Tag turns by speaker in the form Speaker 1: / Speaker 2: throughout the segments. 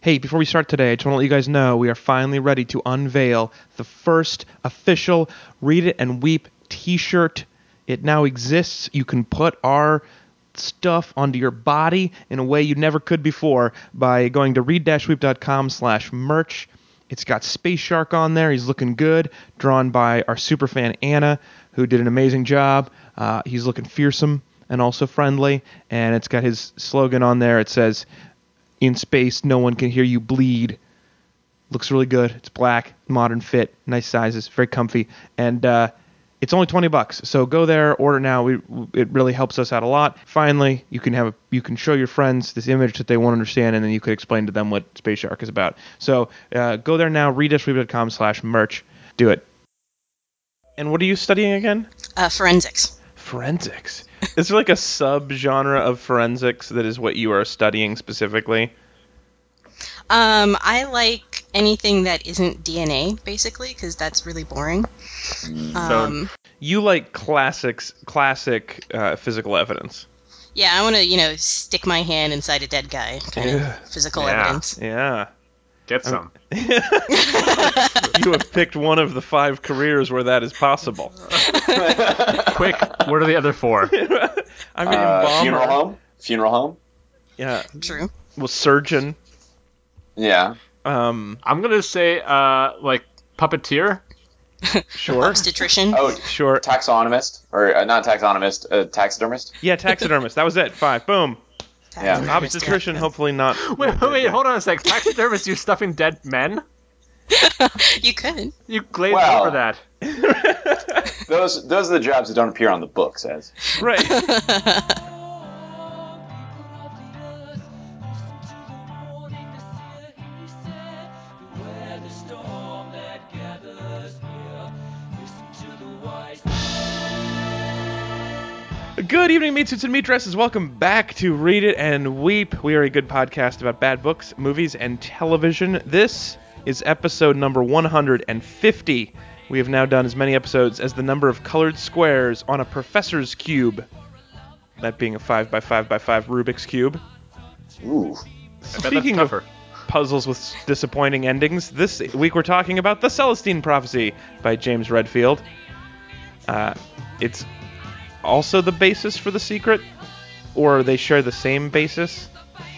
Speaker 1: Hey, before we start today, I just want to let you guys know we are finally ready to unveil the first official Read It and Weep t shirt. It now exists. You can put our stuff onto your body in a way you never could before by going to read-weep.com slash merch. It's got Space Shark on there. He's looking good, drawn by our super fan Anna, who did an amazing job. Uh, he's looking fearsome and also friendly. And it's got his slogan on there. It says, "In space, no one can hear you bleed." Looks really good. It's black, modern fit, nice sizes, very comfy, and uh, it's only twenty bucks. So go there, order now. We, it really helps us out a lot. Finally, you can have a, you can show your friends this image that they won't understand, and then you could explain to them what Space Shark is about. So uh, go there now. Redishweeb.com slash merch. Do it. And what are you studying again?
Speaker 2: Uh, forensics.
Speaker 1: Forensics. Is there like a subgenre of forensics that is what you are studying specifically?
Speaker 2: Um, I like anything that isn't DNA, basically, because that's really boring.
Speaker 3: Mm.
Speaker 2: Um,
Speaker 1: You like classics, classic uh, physical evidence.
Speaker 2: yeah, I want to, you know, stick my hand inside a dead guy, kind
Speaker 1: Yeah.
Speaker 2: of physical
Speaker 4: Yeah.
Speaker 2: evidence.
Speaker 1: Yeah.
Speaker 4: Get some.
Speaker 1: You have picked one of the five careers where that is possible.
Speaker 4: Quick, what are the other four?
Speaker 1: I'm reading
Speaker 3: Uh,
Speaker 1: bomber.
Speaker 3: funeral home? Funeral home?
Speaker 1: Yeah.
Speaker 2: True.
Speaker 1: Well, surgeon.
Speaker 3: Yeah.
Speaker 1: Um,
Speaker 4: I'm gonna say uh like puppeteer.
Speaker 1: sure.
Speaker 2: Obstetrician.
Speaker 3: Oh,
Speaker 1: Sure.
Speaker 3: taxonomist. Or uh, not taxonomist, uh, taxidermist.
Speaker 1: Yeah, taxidermist. That was it. Five. Boom.
Speaker 3: yeah.
Speaker 1: Obstetrician. Hopefully not.
Speaker 4: Wait, wait, wait, hold on a sec. Taxidermist, you stuffing dead men?
Speaker 2: You could.
Speaker 4: You glazed
Speaker 3: Well.
Speaker 4: over that.
Speaker 3: Those those are the jobs that don't appear on the books, as.
Speaker 1: Right. Good evening, meat suits and meat dresses. Welcome back to Read It and Weep. We are a good podcast about bad books, movies, and television. This is episode number 150. We have now done as many episodes as the number of colored squares on a professor's cube. That being a 5 by 5 by 5 Rubik's Cube.
Speaker 3: Ooh.
Speaker 4: I bet
Speaker 1: Speaking
Speaker 4: that's
Speaker 1: of
Speaker 4: tougher.
Speaker 1: puzzles with disappointing endings, this week we're talking about The Celestine Prophecy by James Redfield. Uh, it's also the basis for The Secret, or they share the same basis,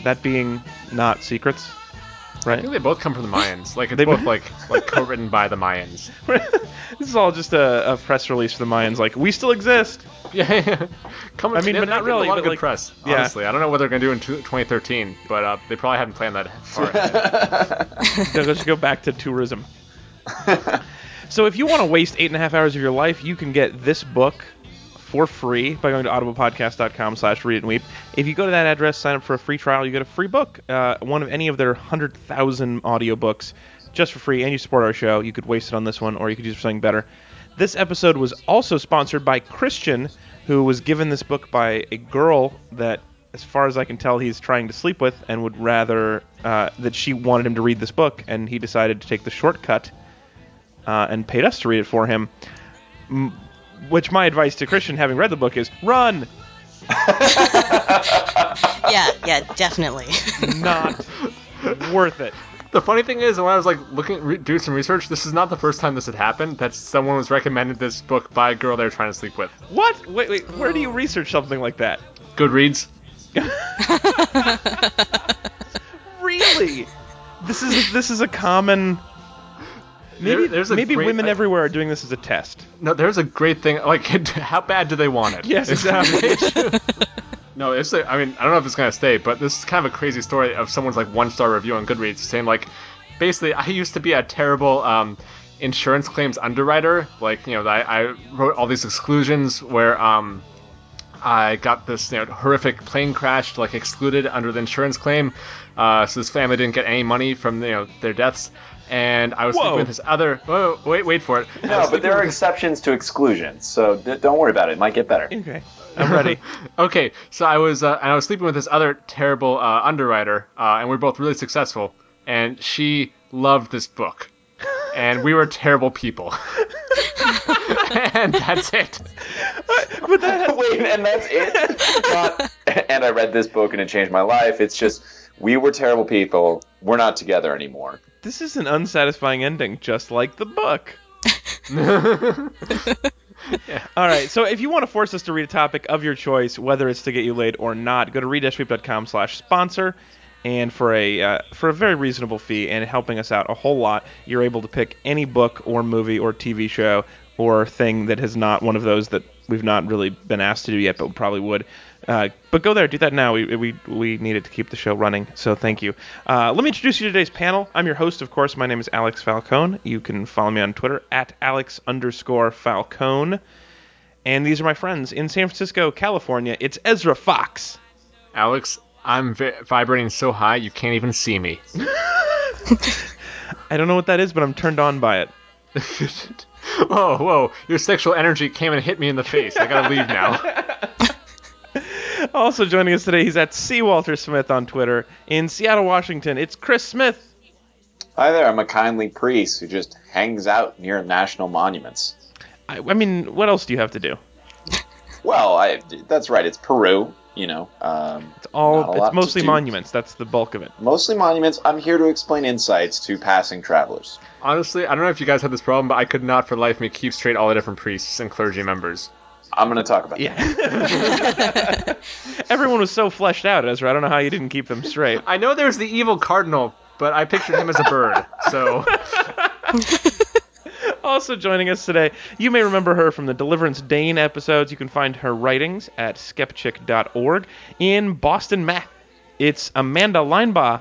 Speaker 1: that being not secrets,
Speaker 4: I
Speaker 1: right?
Speaker 4: think they both come from the Mayans. Like it's
Speaker 1: They-
Speaker 4: both like like co-written by the Mayans.
Speaker 1: this is all just a, a press release for the Mayans, like, we still exist!
Speaker 4: Yeah, come.
Speaker 1: I mean,
Speaker 4: they-
Speaker 1: but
Speaker 4: they
Speaker 1: not
Speaker 4: did
Speaker 1: really,
Speaker 4: A lot
Speaker 1: but,
Speaker 4: of good
Speaker 1: like,
Speaker 4: press.
Speaker 1: yeah.
Speaker 4: Honestly, I don't know what they're gonna do in two- 2013, but uh, they probably haven't planned that far. ahead.
Speaker 1: Let's go back to tourism. so if you want to waste eight and a half hours of your life, you can get this book for free by going to audiblepodcast.com slash read and weep. If you go to that address, sign up for a free trial, you get a free book, uh, one of any of their 100,000 audiobooks just for free, and you support our show. You could waste it on this one, or you could use it for something better. This episode was also sponsored by Christian, who was given this book by a girl that, as far as I can tell, he's trying to sleep with and would rather uh, that she wanted him to read this book, and he decided to take the shortcut uh, and paid us to read it for him. M- which my advice to Christian, having read the book, is run,
Speaker 2: yeah, yeah, definitely.
Speaker 1: not worth it.
Speaker 4: The funny thing is, when I was like looking, re- do some research, this is not the first time this had happened. That someone was recommended this book by a girl they were trying to sleep with.
Speaker 1: What? Wait, wait. Where do you research something like that?
Speaker 4: Goodreads.
Speaker 2: Uh,
Speaker 1: Really? This is this is a common. Maybe,
Speaker 4: There- there's a
Speaker 1: maybe
Speaker 4: great-
Speaker 1: women
Speaker 4: I-
Speaker 1: everywhere are doing this as a test.
Speaker 4: No, there's a great thing. Like, how bad do they want it?
Speaker 1: Yes,
Speaker 4: It's- no, it's. a- I mean, I don't know if it's gonna stay, but this is kind of a crazy story of someone's like one-star review on Goodreads saying like, basically, I used to be a terrible um, insurance claims underwriter. Like, you know, I, I wrote all these exclusions where um, I got this you know, horrific plane crash, like excluded under the insurance claim. Uh, so this family didn't get any money from you know their deaths. And I was
Speaker 1: Whoa.
Speaker 4: sleeping with this other. Whoa, wait, wait for it. I was
Speaker 3: No, but
Speaker 4: sleeping
Speaker 3: there
Speaker 4: with
Speaker 3: are
Speaker 4: this-
Speaker 3: exceptions to exclusions, so d- don't worry about it. It might get better.
Speaker 1: Okay, I'm ready.
Speaker 4: okay, so I was uh, and I was sleeping with this other terrible uh, underwriter, uh, and we are both really successful. And she loved this book, and we were terrible people. and that's it.
Speaker 1: but that
Speaker 3: Wait, and that's it? Not, and I read this book and it changed my life. It's just we were terrible people. We're not together anymore.
Speaker 1: This is an unsatisfying ending, just like the book. All right. So if you want to force us to read a topic of your choice, whether it's to get you laid or not, go to read-sweep.com slash sponsor. And for a uh, for a very reasonable fee and helping us out a whole lot, you're able to pick any book or movie or TV show or thing that has not one of those that we've not really been asked to do yet, but probably would. Uh, but go there, do that now. We, we, we need it to keep the show running, so thank you. Uh, let me introduce you to today's panel. I'm your host, of course. My name is Alex Falcone. You can follow me on Twitter at Alex underscore Falcone. And these are my friends in San Francisco, California. It's Ezra Fox.
Speaker 4: Alex, I'm vi- vibrating so high you can't even see me.
Speaker 1: I don't know what that is, but I'm turned on by it.
Speaker 4: whoa, Oh, whoa! Your sexual energy came and hit me in the face. I gotta leave now.
Speaker 1: Also joining us today, he's at C. Walter Smith on Twitter. In Seattle, Washington, it's Chris Smith.
Speaker 3: Hi there. I'm a kindly priest who just hangs out near national monuments.
Speaker 1: I, I mean, what else do you have to do?
Speaker 3: Well, I, that's right. It's Peru. You know, um,
Speaker 1: It's all
Speaker 3: Not a lot
Speaker 1: it's
Speaker 3: to
Speaker 1: mostly
Speaker 3: do.
Speaker 1: monuments. That's the bulk of it.
Speaker 3: mostly monuments. I'm here to explain insights to passing travelers.
Speaker 4: Honestly, I don't know if you guys had this problem, but I could not for life me keep straight all the different priests and clergy members.
Speaker 3: I'm going to talk about that.
Speaker 1: Yeah. Everyone was so fleshed out, Ezra. I don't know how you didn't keep them straight.
Speaker 4: I know there's the evil cardinal, but I pictured him as a bird. So
Speaker 1: Also joining us today, you may remember her from the Deliverance Dane episodes. You can find her writings at skeptic.org. In Boston, Matt, it's Amanda Linebaugh.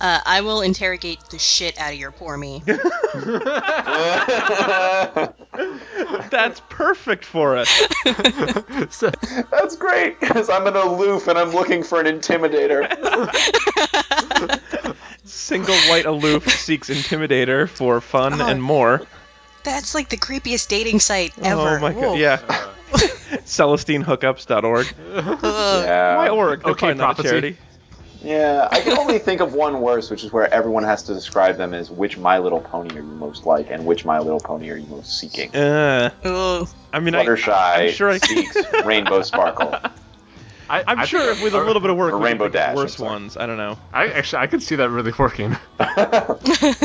Speaker 2: Uh, I will interrogate the shit out of your poor me.
Speaker 1: That's perfect for us.
Speaker 3: That's great because I'm an aloof and I'm looking for an intimidator.
Speaker 1: Single white aloof seeks intimidator for fun and more.
Speaker 2: That's like the creepiest dating site ever.
Speaker 1: Oh my
Speaker 2: Whoa.
Speaker 1: god, yeah. CelestineHookups.org.
Speaker 2: Ugh.
Speaker 3: Yeah.
Speaker 1: Why org? They're
Speaker 4: Uh, Okay,
Speaker 1: probably not a
Speaker 4: prophecy.
Speaker 1: charity.
Speaker 3: Yeah, I can only think of one worse, which is where everyone has to describe them as which My Little Pony are you most like and which My Little Pony are you most seeking.
Speaker 1: Uh,
Speaker 2: Ugh.
Speaker 1: I mean, I,
Speaker 3: Fluttershy
Speaker 1: I'm sure I-
Speaker 3: seeks Rainbow Sparkle.
Speaker 4: I,
Speaker 1: I'm
Speaker 4: I
Speaker 1: sure
Speaker 4: think-
Speaker 1: if with a little bit of work,
Speaker 3: or
Speaker 1: we could
Speaker 3: Rainbow
Speaker 1: think of
Speaker 3: Dash,
Speaker 1: worse
Speaker 3: I'm sorry.
Speaker 1: ones. I don't know.
Speaker 4: I actually I could see that really working.
Speaker 1: Uh,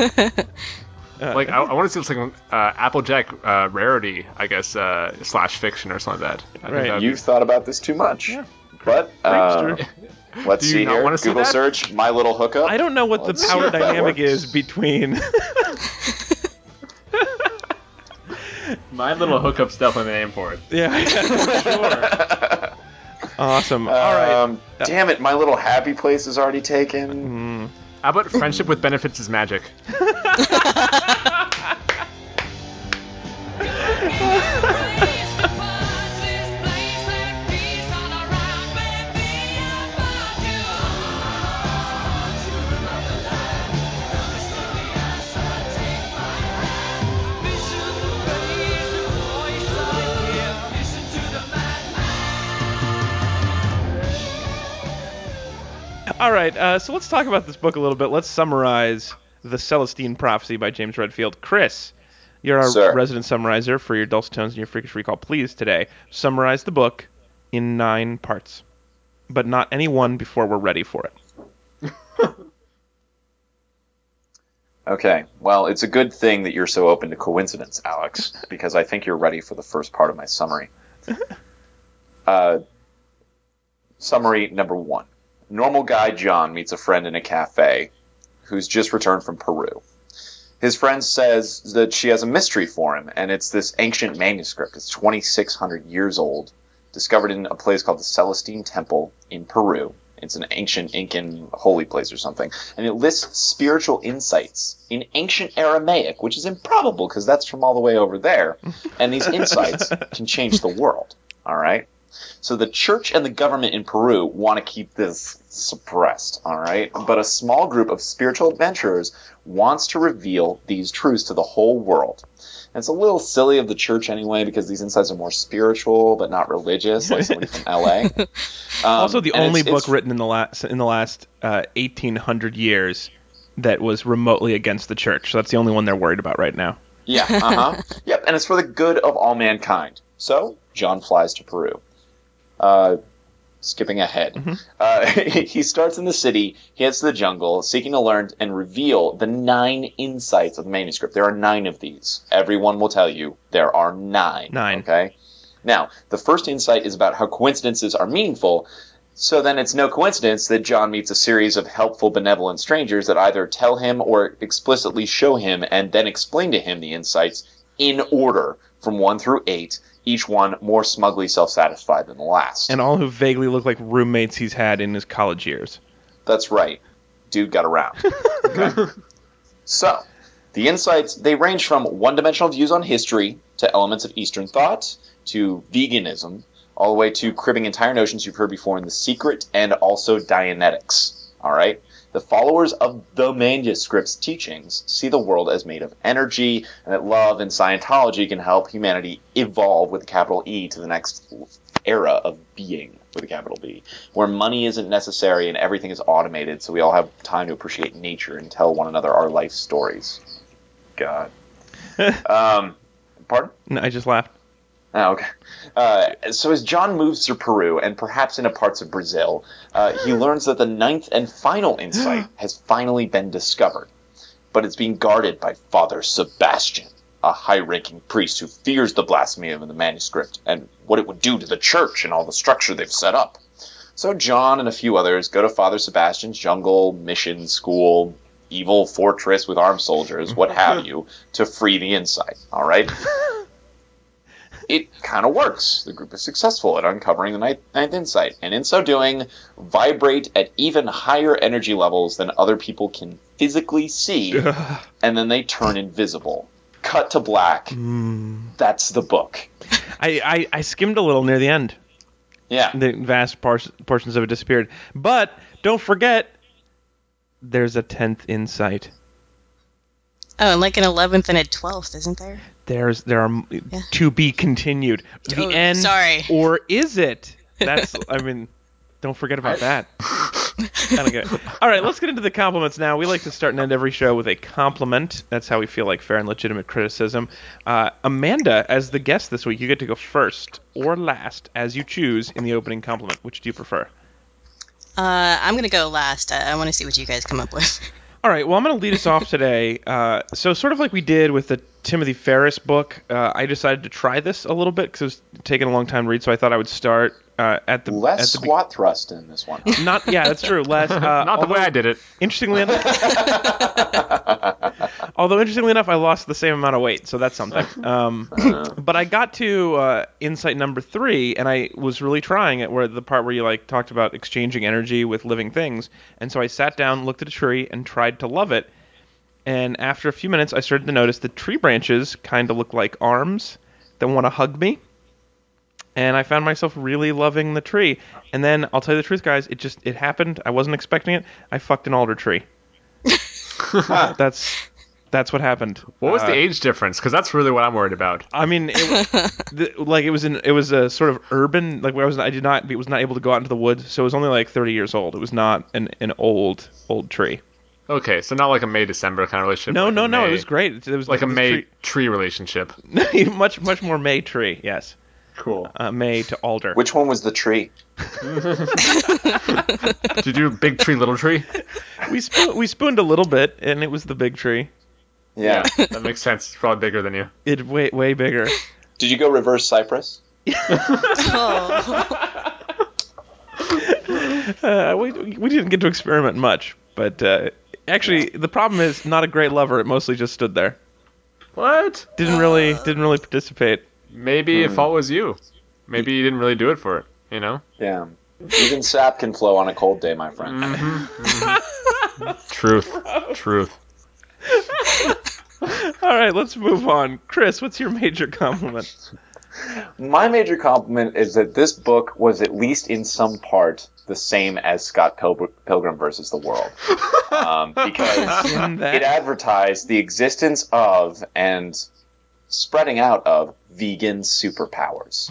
Speaker 4: Like I, I want to see like uh, Applejack uh, rarity, I guess uh, slash fiction or something like that. I think
Speaker 1: Right.
Speaker 4: that would be-
Speaker 3: You've thought about this too much.
Speaker 1: Yeah.
Speaker 3: But uh,
Speaker 1: Creepster.
Speaker 3: let's
Speaker 4: Do you
Speaker 3: see
Speaker 4: not
Speaker 3: here.
Speaker 4: wanna
Speaker 3: Google
Speaker 4: see that?
Speaker 3: search My Little Hookup.
Speaker 1: I don't know what the
Speaker 3: Let's see
Speaker 1: power
Speaker 3: if that
Speaker 1: dynamic
Speaker 3: works.
Speaker 1: is between.
Speaker 4: my little hookup's definitely the name for it.
Speaker 1: yeah, sure. Awesome. All right.
Speaker 3: Um, damn it, My Little Happy Place is already taken.
Speaker 4: How about friendship with benefits is magic?
Speaker 1: All right. Uh, so let's talk about this book a little bit. Let's summarize The Celestine Prophecy by James Redfield. Chris, you're our
Speaker 3: Sir.
Speaker 1: resident summarizer for your dulcet tones and your freakish recall. Please, today, summarize the book in nine parts, but not any one before we're ready for it.
Speaker 3: Okay, well, it's a good thing that you're so open to coincidence, Alex, because I think you're ready for the first part of my summary. Uh, summary number one Normal guy John meets a friend in a cafe who's just returned from Peru. His friend says that she has a mystery for him, and it's this ancient manuscript. It's 2,600 years old, discovered in a place called the Celestine Temple in Peru. It's an ancient Incan holy place or something. And it lists spiritual insights in ancient Aramaic, which is improbable because that's from all the way over there. And these insights can change the world. All right? So the church and the government in Peru want to keep this suppressed, all right? But a small group of spiritual adventurers wants to reveal these truths to the whole world. And it's a little silly of the church anyway because these insights are more spiritual but not religious, like somebody from LA. Um,
Speaker 1: also, the
Speaker 3: and
Speaker 1: only
Speaker 3: it's-
Speaker 1: book
Speaker 3: it's-
Speaker 1: written in the last in the last uh, 1,800 years that was remotely against the church. So that's the only one they're worried about right now.
Speaker 3: Yeah, uh huh. yep, and it's for the good of all mankind. So, John flies to Peru. Uh, skipping ahead. Uh, he starts in the city, he heads to the jungle, seeking to learn and reveal the nine insights of the manuscript. There are nine of these. Everyone will tell you there are nine.
Speaker 1: Nine.
Speaker 3: Okay? Now, the first insight is about how coincidences are meaningful. So then it's no coincidence that John meets a series of helpful, benevolent strangers that either tell him or explicitly show him and then explain to him the insights in order from one through eight, each one more smugly self satisfied than the last.
Speaker 1: and all who vaguely look like roommates he's had in his college years.
Speaker 3: That's right. Dude got around. Okay. so, the insights they range from one-dimensional views on history to elements of Eastern thought to veganism, all the way to cribbing entire notions you've heard before in The Secret and also Dianetics. All right. The followers of the manuscript's teachings see the world as made of energy, and that love and Scientology can help humanity evolve with a capital E to the next era of being with a capital B where money isn't necessary and everything is automated, so we all have time to appreciate nature and tell one another our life stories. God. um, pardon?
Speaker 1: No, I just laughed.
Speaker 3: Oh, okay. Uh, so as John moves through Peru and perhaps into parts of Brazil, uh, he learns that the ninth and final insight has finally been discovered, but it's being guarded by Father Sebastian, a high-ranking priest who fears the blasphemy of the manuscript and what it would do to the church and all the structure they've set up. So John and a few others go to Father Sebastian's jungle mission school, evil fortress with armed soldiers, what have you, to free the insight. All right it kind of works. The group is successful at uncovering the ninth, ninth insight, and in so doing, vibrate at even higher energy levels than other people can physically see, and then they turn invisible. Cut to black.
Speaker 1: Hmm.
Speaker 3: That's the book.
Speaker 1: I, I, I skimmed a little near the end.
Speaker 3: Yeah.
Speaker 1: The vast par- portions of it disappeared. But don't forget, there's a tenth insight.
Speaker 2: Oh, and like an 11th and a 12th, isn't there?
Speaker 1: There's there are m to be continued. The
Speaker 2: Oh,
Speaker 1: end,
Speaker 2: sorry.
Speaker 1: or is it? That's I mean, don't forget about that. I don't get it. All right, let's get into the compliments now. We like to start and end every show with a compliment. That's how we feel like fair and legitimate criticism. Uh, Amanda, as the guest this week, you get to go first or last as you choose in the opening compliment. Which do you prefer?
Speaker 2: Uh, I'm going to go last. I, I want to see what you guys come up with.
Speaker 1: All right. Well, I'm going to lead us off today. Uh, so, sort of like we did with the Timothy Ferris book, uh, I decided to try this a little bit because it was taking a long time to read. So I thought I would start uh, at the
Speaker 3: Less
Speaker 1: at the be-
Speaker 3: squat thrust in this one.
Speaker 1: not yeah, that's true. Less uh,
Speaker 4: Not the way I did it.
Speaker 1: Interestingly enough, although interestingly enough, I lost the same amount of weight, so that's something. Um, but I got to uh, insight number three, and I was really trying it, where the part where you like talked about exchanging energy with living things, and so I sat down, looked at a tree, and tried to love it. And after a few minutes, I started to notice the tree branches kind of look like arms that want to hug me. And I found myself really loving the tree. And then I'll tell you the truth, guys, it just it happened. I wasn't expecting it. I fucked an alder tree. that's that's what happened.
Speaker 4: What was
Speaker 1: Uh,
Speaker 4: the age difference? Because that's really what I'm worried about.
Speaker 1: I mean, it, the, like it was an it was a sort of urban like where I was I did not it was not able to go out into the woods, so it was only like 30 years old. It was not an an old old tree.
Speaker 4: Okay, so not like a May December kind of relationship.
Speaker 1: No,
Speaker 4: like a
Speaker 1: no, no.
Speaker 4: May-
Speaker 1: It was great. It was
Speaker 4: Like a
Speaker 1: this
Speaker 4: May tree, relationship.
Speaker 1: tree- much much more May tree. Yes,
Speaker 4: Cool.
Speaker 1: uh, May to alder.
Speaker 3: Which one was the tree?
Speaker 4: Did you do big tree, little tree?
Speaker 1: we spoon, we spooned a little bit, and it was the big tree.
Speaker 3: Yeah.
Speaker 4: that makes sense. It's probably bigger than you.
Speaker 1: It way way bigger.
Speaker 3: Did you go reverse Cypress?
Speaker 2: oh.
Speaker 1: Uh, we we didn't get to experiment much, but uh, actually the problem is not a great lover. It mostly just stood there.
Speaker 4: What?
Speaker 1: Didn't really didn't really participate.
Speaker 4: Maybe
Speaker 1: Hmm.
Speaker 4: if fault was you. Maybe you didn't really do it for it. You know,
Speaker 3: Yeah. Even sap can flow on a cold day, my friend.
Speaker 4: truth, truth.
Speaker 1: All right, let's move on. Chris, what's your major compliment?
Speaker 3: My major compliment is that this book was at least in some part the same as Scott Pilgr- Pilgrim versus the World, um, because
Speaker 1: In
Speaker 3: it
Speaker 1: that,
Speaker 3: advertised the existence of and spreading out of vegan superpowers.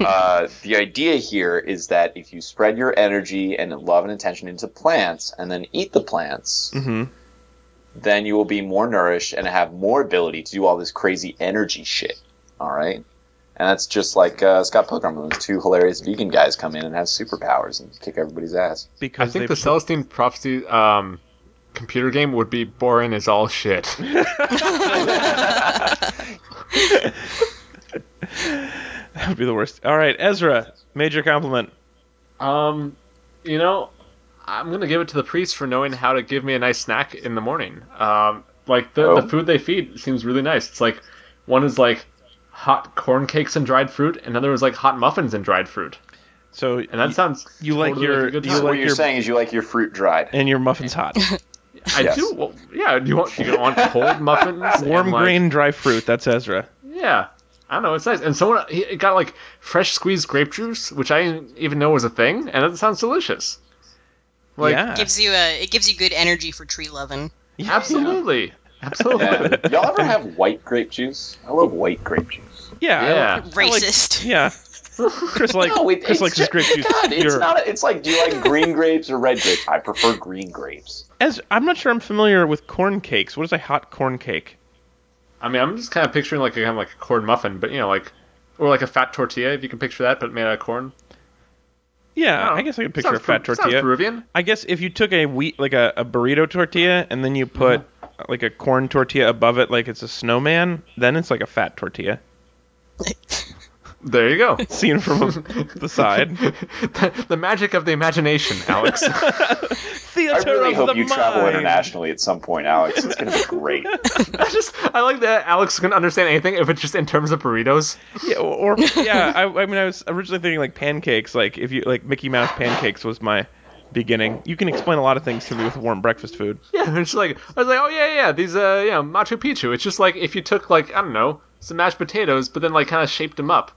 Speaker 3: uh, the idea here is that if you spread your energy and love and attention into plants and then eat the plants,
Speaker 1: Mhm.
Speaker 3: then you will be more nourished and have more ability to do all this crazy energy shit. All right? And that's just like uh, Scott Pilgrim when those two hilarious vegan guys come in and have superpowers and kick everybody's ass.
Speaker 4: I
Speaker 1: because
Speaker 4: think
Speaker 1: they
Speaker 4: the Celestine Prophecy um, computer game would be boring as all shit.
Speaker 1: that would be the worst. All right, Ezra, major compliment.
Speaker 4: Um, you know, I'm gonna give it to the priest for knowing how to give me a nice snack in the morning. Um, like the
Speaker 3: Oh.
Speaker 4: the food they feed seems really nice. It's like one is like hot corn cakes and dried fruit, another is like hot muffins and dried fruit,
Speaker 1: So
Speaker 4: and that sounds
Speaker 1: you like
Speaker 4: totally
Speaker 1: your-
Speaker 4: a good
Speaker 1: you
Speaker 3: So
Speaker 4: time.
Speaker 1: like
Speaker 3: what you're
Speaker 1: your-
Speaker 3: saying is you like your fruit dried.
Speaker 1: and your muffins hot.
Speaker 4: I
Speaker 3: Yes.
Speaker 4: do. Well, yeah, you want you want cold muffins,
Speaker 1: Warm
Speaker 4: and, like,
Speaker 1: grain dry fruit. That's Ezra.
Speaker 4: Yeah. I don't know, it's nice. And someone he it got like fresh squeezed grape juice, which I didn't even know was a thing, and that sounds delicious. Like
Speaker 1: yeah.
Speaker 2: gives you a it gives you good energy for tree loving.
Speaker 1: Yeah.
Speaker 4: absolutely. Absolutely.
Speaker 3: Yeah. Y'all ever have white grape juice? I love white grape juice.
Speaker 1: Yeah. I like-
Speaker 4: Yeah.
Speaker 1: I like-
Speaker 2: Racist.
Speaker 1: yeah. Chris like
Speaker 3: no, it,
Speaker 1: Chris
Speaker 3: it's
Speaker 1: likes his
Speaker 3: just,
Speaker 1: grape juice.
Speaker 3: God, it's
Speaker 1: pure.
Speaker 3: not. A, it's like, do you like green grapes or red grapes? I prefer green grapes.
Speaker 1: Ezra, I'm not sure I'm familiar with corn cakes. What is a hot corn cake?
Speaker 4: I mean I'm just kinda picturing like a kind of like a corn muffin, but you know, like or like a fat tortilla, if you can picture that, but made out of corn.
Speaker 1: Yeah,
Speaker 4: don't
Speaker 1: I
Speaker 4: know.
Speaker 1: guess I could picture
Speaker 4: Oh. Sounds
Speaker 1: a fat
Speaker 4: Peru-
Speaker 1: tortilla.
Speaker 4: Sounds Peruvian.
Speaker 1: I guess if you took a wheat like a, a burrito tortilla and then you put uh, like a corn tortilla above it like it's a snowman, then it's like a fat tortilla.
Speaker 4: There you go.
Speaker 1: Seen from the side.
Speaker 4: the, the magic of the imagination, Alex.
Speaker 1: Theater
Speaker 3: I really
Speaker 1: of
Speaker 3: hope
Speaker 1: the
Speaker 3: you travel
Speaker 1: mind.
Speaker 3: internationally at some point, Alex. It's gonna be great.
Speaker 4: I just I like that Alex can understand anything if it's just in terms of burritos.
Speaker 1: Yeah, or or- yeah, I, I mean I was originally thinking like pancakes, like if you like Mickey Mouse pancakes was my beginning. You can explain a lot of things to me with warm breakfast food.
Speaker 4: Yeah, it's like I was like, oh yeah, yeah, these uh, you know, Machu Picchu. It's just like if you took like I don't know some mashed potatoes, but then like kind of shaped them up.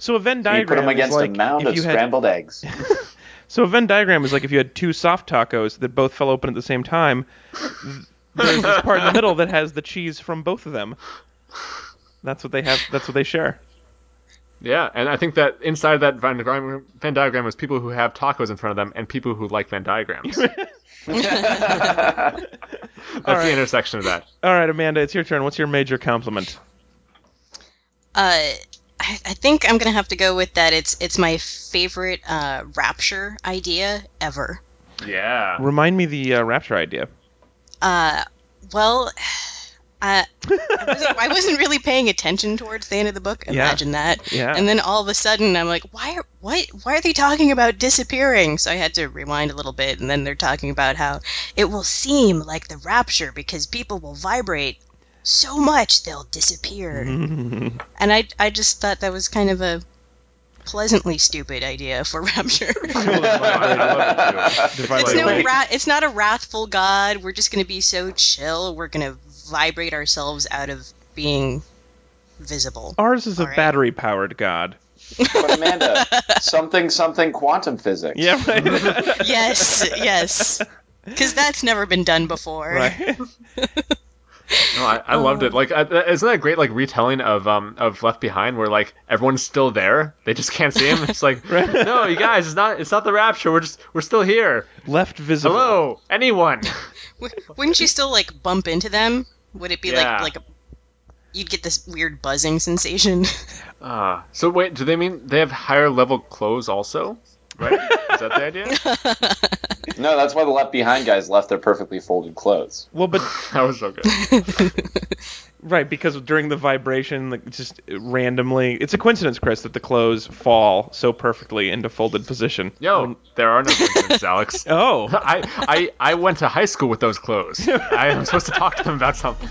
Speaker 1: So a Venn diagram
Speaker 3: You put them
Speaker 1: is
Speaker 3: against
Speaker 1: like
Speaker 3: a mound
Speaker 1: if
Speaker 3: of
Speaker 1: you had
Speaker 3: scrambled eggs.
Speaker 1: So a Venn diagram is like if you had two soft tacos that both fell open at the same time. There's this part in the middle that has the cheese from both of them. That's what they have. That's what they share.
Speaker 4: Yeah, and I think that inside of that Venn diagram, Venn diagram was people who have tacos in front of them and people who like Venn diagrams. That's the intersection of that.
Speaker 1: All right, Amanda, it's your turn. What's your major compliment?
Speaker 2: Uh, I, I think I'm gonna have to go with that. It's it's my favorite uh, rapture idea ever.
Speaker 4: Yeah.
Speaker 1: Remind me the uh, rapture idea.
Speaker 2: Uh, well, uh, I, wasn't, I wasn't really paying attention towards the end of the book. Imagine that.
Speaker 1: Yeah.
Speaker 2: And then all of a sudden, I'm like, why are what? Why are they talking about disappearing? So I had to rewind a little bit, and then they're talking about how it will seem like the rapture because people will vibrate so much they'll disappear.
Speaker 1: Mm-hmm.
Speaker 2: And I, I just thought that was kind of a pleasantly stupid idea for rapture. it's no ra- it's not a wrathful god. We're just going to be so chill. We're going to vibrate ourselves out of being visible.
Speaker 1: Ours is a
Speaker 2: All right.
Speaker 1: battery-powered god.
Speaker 3: But Amanda, something something quantum physics.
Speaker 1: Yeah. Right.
Speaker 2: yes, yes. Because that's never been done before.
Speaker 1: right.
Speaker 4: No, I, I loved it. Like, I, isn't that a great like retelling of um of Left Behind, where like everyone's still there, they just can't see him. It's like, no, you guys, it's not it's not the rapture. We're just we're still here.
Speaker 1: Left visible.
Speaker 4: Hello, anyone.
Speaker 2: W- Wouldn't you still like bump into them? Would it be
Speaker 4: Yeah.
Speaker 2: like like a, you'd get this weird buzzing sensation?
Speaker 4: Ah, so wait, do they mean they have higher level clothes also? Right? Is that the idea?
Speaker 3: No, that's why the left behind guys left their perfectly folded clothes.
Speaker 1: Well, but
Speaker 4: That was so good.
Speaker 1: Right, because during the vibration, like just randomly, it's a coincidence, Chris, that the clothes fall so perfectly into folded position.
Speaker 4: Yo, there are no coincidences, Alex.
Speaker 1: Oh,
Speaker 4: I, I I went to high school with those clothes. I am supposed to talk to them about something.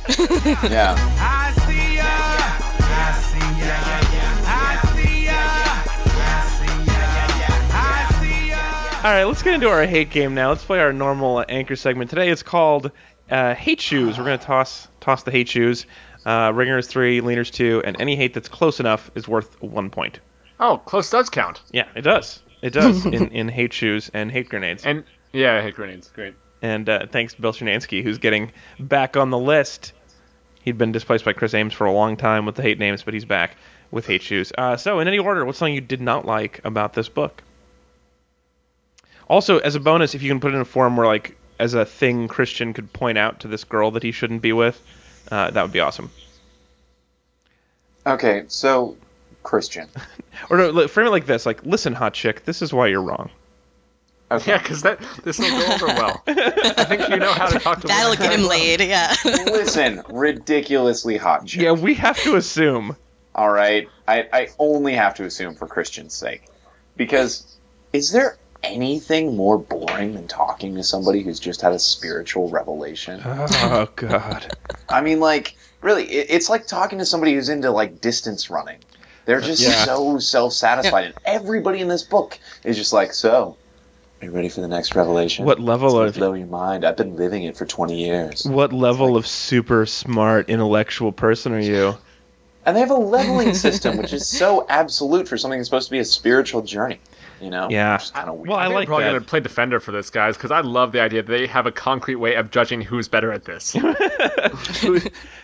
Speaker 3: Yeah.
Speaker 5: I see ya. I see ya. I see ya. I see ya. I see ya.
Speaker 1: all right. Let's get into our hate game now. Let's play our normal uh, anchor segment today. It's called uh, hate shoes. We're gonna toss toss the hate shoes. Uh, ringer is three, leaners two, and any hate that's close enough is worth one point.
Speaker 4: Oh, close does count.
Speaker 1: Yeah, it does. It does in, in hate shoes and hate grenades.
Speaker 4: And yeah, I hate grenades. Great.
Speaker 1: And uh, thanks to Bill Chernansky, who's getting back on the list. He'd been displaced by Chris Ames for a long time with the hate names, but he's back with hate shoes. Uh, so, in any order, what's something you did not like about this book? Also, as a bonus, if you can put it in a form where, like, as a thing Christian could point out to this girl that he shouldn't be with, uh, that would be awesome.
Speaker 3: Okay, so Christian.
Speaker 1: Or no, li- frame it like this: like, listen, hot chick, this is why you're wrong.
Speaker 3: Okay.
Speaker 4: Yeah, because that this will go over well. I think you know how to talk to.
Speaker 2: That'll
Speaker 4: women.
Speaker 2: get him laid. Yeah.
Speaker 3: Listen, ridiculously hot chick.
Speaker 1: Yeah, we have to assume.
Speaker 3: All right. I, I only have to assume for Christian's sake. Because is there anything more boring than talking to somebody who's just had a spiritual revelation?
Speaker 1: Oh God.
Speaker 3: I mean, like, really, it, it's like talking to somebody who's into, like, distance running. They're just
Speaker 1: Yeah.
Speaker 3: so self satisfied. And everybody in this book is just like, so. Are you ready for the next revelation?
Speaker 1: What level
Speaker 3: It's gonna
Speaker 1: of-
Speaker 3: blow your mind? I've been living it for twenty years.
Speaker 1: What level of super smart intellectual person are you?
Speaker 3: And they have a leveling system, which is so absolute for something that's supposed to be a spiritual journey. You know?
Speaker 1: Yeah.
Speaker 3: Which is kind of weird.
Speaker 1: Well, I
Speaker 4: I
Speaker 1: like
Speaker 4: am probably
Speaker 1: that.
Speaker 4: gonna play defender for this, guys, because I love the idea that they have a concrete way of judging who's better at this. Because
Speaker 1: who,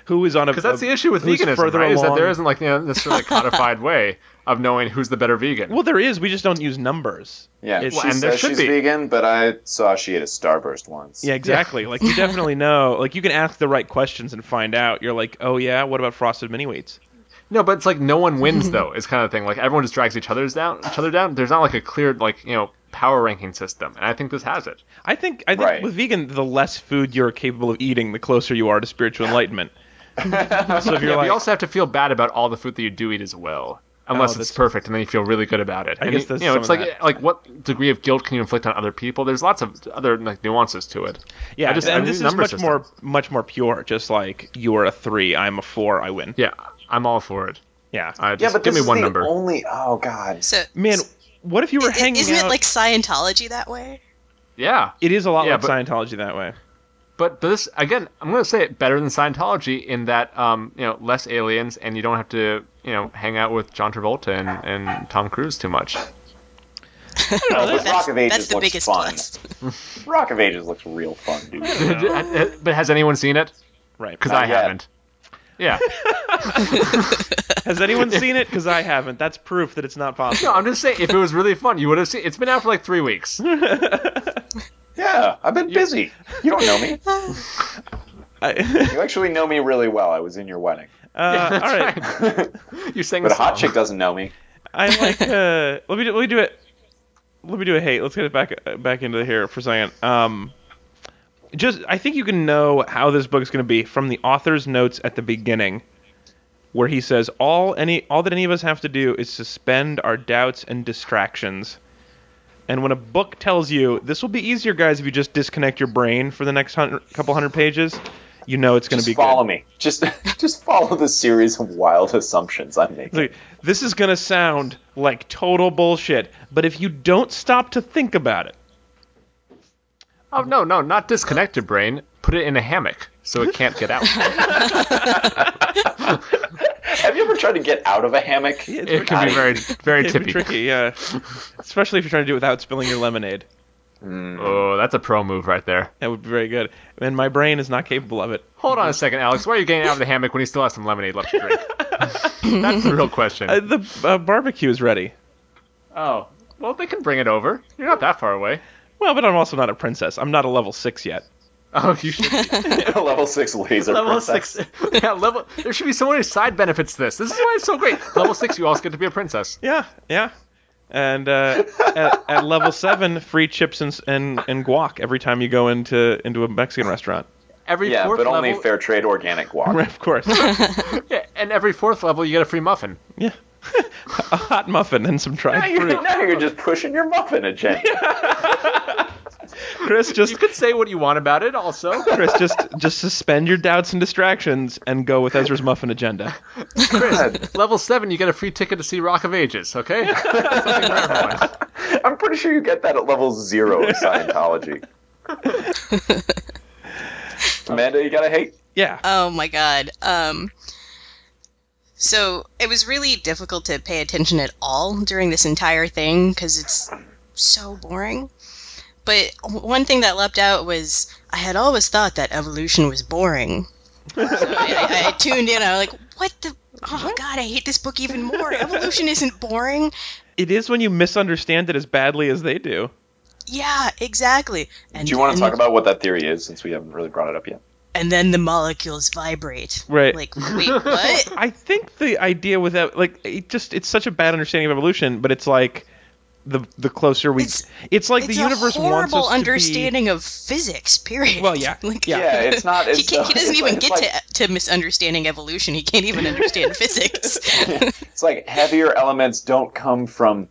Speaker 1: who is on a?
Speaker 4: that's the issue with
Speaker 1: who's
Speaker 4: veganism,
Speaker 1: further
Speaker 4: right? Is that there
Speaker 1: along-
Speaker 4: isn't like you know, necessarily a codified way of knowing who's the better vegan.
Speaker 1: Well, there is. We just don't use numbers.
Speaker 3: yeah.
Speaker 1: It's-
Speaker 3: She
Speaker 1: Well,
Speaker 4: and there
Speaker 3: says
Speaker 4: should
Speaker 3: she's
Speaker 4: be.
Speaker 3: vegan, but I saw she ate a Starburst once.
Speaker 1: Yeah, exactly. Like you definitely know. Like you can ask the right questions and find out. You're like, oh yeah, what about frosted mini wheats?
Speaker 4: no, but it's like no one wins
Speaker 1: Mm-hmm.
Speaker 4: though. Is kind of thing. Like everyone just drags each other's down. Each other down. There's not like a clear like you know power ranking system, and I think this has it.
Speaker 1: I think I think
Speaker 3: Right.
Speaker 1: with vegan, the less food you're capable of eating, the closer you are to spiritual enlightenment. so if you're
Speaker 4: Yeah, but
Speaker 1: like,
Speaker 4: you also have to feel bad about all the food that you do eat as well.
Speaker 1: Oh,
Speaker 4: Unless
Speaker 1: that's-
Speaker 4: it's perfect, and then you feel really good about it.
Speaker 1: I
Speaker 4: and
Speaker 1: guess
Speaker 4: you-
Speaker 1: there's
Speaker 4: you know,
Speaker 1: some
Speaker 4: it's
Speaker 1: of
Speaker 4: like
Speaker 1: that.
Speaker 4: like what degree of guilt can you inflict on other people? There's lots of other like nuances to it.
Speaker 1: yeah,
Speaker 4: I just- I
Speaker 1: and
Speaker 4: do
Speaker 1: this is
Speaker 4: number
Speaker 1: much
Speaker 4: systems.
Speaker 1: more much more pure. Just like you're a three, I'm a four, I win.
Speaker 4: Yeah, I'm all for it.
Speaker 1: Yeah.
Speaker 4: Uh,
Speaker 3: Yeah,
Speaker 4: just
Speaker 3: but
Speaker 4: give
Speaker 3: this
Speaker 4: me
Speaker 3: is
Speaker 4: one
Speaker 3: the
Speaker 4: number.
Speaker 3: only. Oh God.
Speaker 2: so
Speaker 1: Man, what if you were
Speaker 2: i-
Speaker 1: hanging
Speaker 2: isn't
Speaker 1: out?
Speaker 2: it like Scientology that way?
Speaker 4: Yeah,
Speaker 1: it is a lot
Speaker 4: Yeah,
Speaker 1: like
Speaker 4: but-
Speaker 1: Scientology that way.
Speaker 4: but but this again, I'm gonna say it better than Scientology in that um you know less aliens and you don't have to you know hang out with John Travolta and, and Tom Cruise too much.
Speaker 3: No, but
Speaker 2: That's,
Speaker 3: Rock of Ages
Speaker 2: that's the
Speaker 3: looks
Speaker 2: biggest
Speaker 3: fun.
Speaker 2: plus.
Speaker 3: Rock of Ages looks real fun, dude.
Speaker 4: but has anyone seen it?
Speaker 1: Right.
Speaker 4: Because
Speaker 3: Not
Speaker 4: I
Speaker 3: yet.
Speaker 4: haven't. Yeah.
Speaker 1: Has anyone seen it? Because I haven't. That's proof that it's not possible.
Speaker 4: No, I'm just saying if it was really fun, you would have seen. It's been out for like three weeks.
Speaker 3: Yeah, I've been busy. You don't know me.
Speaker 1: I-
Speaker 3: You actually know me really well. I was in your wedding.
Speaker 1: uh, all right.
Speaker 4: you sang
Speaker 3: But
Speaker 4: the
Speaker 3: a hot
Speaker 4: song.
Speaker 3: chick doesn't know me.
Speaker 1: I like. Uh, let me do, let me do it. Let me do a hate. Let's get it back uh, back into the here for a second. Um, just I think you can know how this book's going to be from the author's notes at the beginning, where he says all any all that any of us have to do is suspend our doubts and distractions. And when a book tells you this will be easier, guys, if you just disconnect your brain for the next hundred, couple hundred pages, you know it's going to
Speaker 3: Just
Speaker 1: be
Speaker 3: follow
Speaker 1: good.
Speaker 3: me. Just, just follow the series of wild assumptions I'm making.
Speaker 1: Like, this is going to sound like total bullshit, but if you don't stop to think about it,
Speaker 4: Oh no, no, not disconnect your brain. Put it in a hammock so it can't get out.
Speaker 3: Have you ever tried to get out of a hammock?
Speaker 1: it's
Speaker 4: It can be very, very
Speaker 1: it'd be
Speaker 4: tippy.
Speaker 1: tricky, yeah. Especially if you're trying to do it without spilling your lemonade.
Speaker 4: Oh, that's a pro move right there.
Speaker 1: That would be very good. And my brain is not capable of it.
Speaker 4: Hold on a second, Alex. Why are you getting out of the hammock when you still have some lemonade left to drink? that's the real question.
Speaker 1: Uh, the uh, barbecue is ready.
Speaker 4: oh, well, they can bring it over. You're not that far away.
Speaker 1: Well, but I'm also not a princess. I'm not a level six yet.
Speaker 4: Oh, you should
Speaker 3: a level six laser.
Speaker 4: level
Speaker 3: princess.
Speaker 4: six. Yeah, level. There should be so many side benefits to this. This is why it's so great. Level six, you also get to be a princess.
Speaker 1: Yeah, yeah. And uh, at, at level seven, free chips and, s- and and guac every time you go into into a Mexican restaurant.
Speaker 4: Every
Speaker 3: Yeah,
Speaker 4: fourth
Speaker 3: but
Speaker 4: level,
Speaker 3: only fair trade organic guac.
Speaker 1: of course.
Speaker 4: Yeah, and every fourth level, you get a free muffin.
Speaker 1: Yeah. a hot muffin and some
Speaker 3: Now
Speaker 1: dried
Speaker 3: you're,
Speaker 1: fruit.
Speaker 3: now you're just pushing your muffin agenda.
Speaker 1: Chris just
Speaker 4: You could say what you want about it, also.
Speaker 1: Chris just just suspend your doubts and distractions and go with Ezra's muffin agenda.
Speaker 3: God,
Speaker 4: Level seven, you get a free ticket to see Rock of Ages. Okay. Something for everyone.
Speaker 3: I'm pretty sure you get that at level zero of Scientology. Amanda, you gotta hate.
Speaker 1: Yeah.
Speaker 2: Oh my god. Um so it was really difficult to pay attention at all during this entire thing cuz it's so boring. But w- one thing that leapt out was I had always thought that evolution was boring. So I, I, I tuned in. I was like, "What the? Oh God! I hate this book even more. Evolution isn't boring.
Speaker 1: It is when you misunderstand it as badly as they do.
Speaker 2: Yeah, exactly." And
Speaker 3: Do you want to
Speaker 2: then-
Speaker 3: talk about what that theory is, since we haven't really brought it up yet?
Speaker 2: and then the molecules vibrate.
Speaker 1: Right.
Speaker 2: Like, wait, what?
Speaker 1: I think the idea with that, like, it just it's such a bad understanding of evolution, but it's like the the closer we, it's,
Speaker 2: It's-
Speaker 1: like
Speaker 2: it's
Speaker 1: the universe
Speaker 2: a horrible
Speaker 1: wants us to
Speaker 2: understanding of physics. Period.
Speaker 1: Well, yeah,
Speaker 2: Like,
Speaker 1: yeah.
Speaker 3: Yeah, it's not. It's,
Speaker 2: he, can't,
Speaker 1: uh,
Speaker 2: he
Speaker 3: it's
Speaker 2: doesn't
Speaker 3: like-
Speaker 2: even
Speaker 3: it's
Speaker 2: get
Speaker 3: like,
Speaker 2: to, to misunderstanding evolution. He can't even understand physics.
Speaker 3: It's like heavier elements don't come from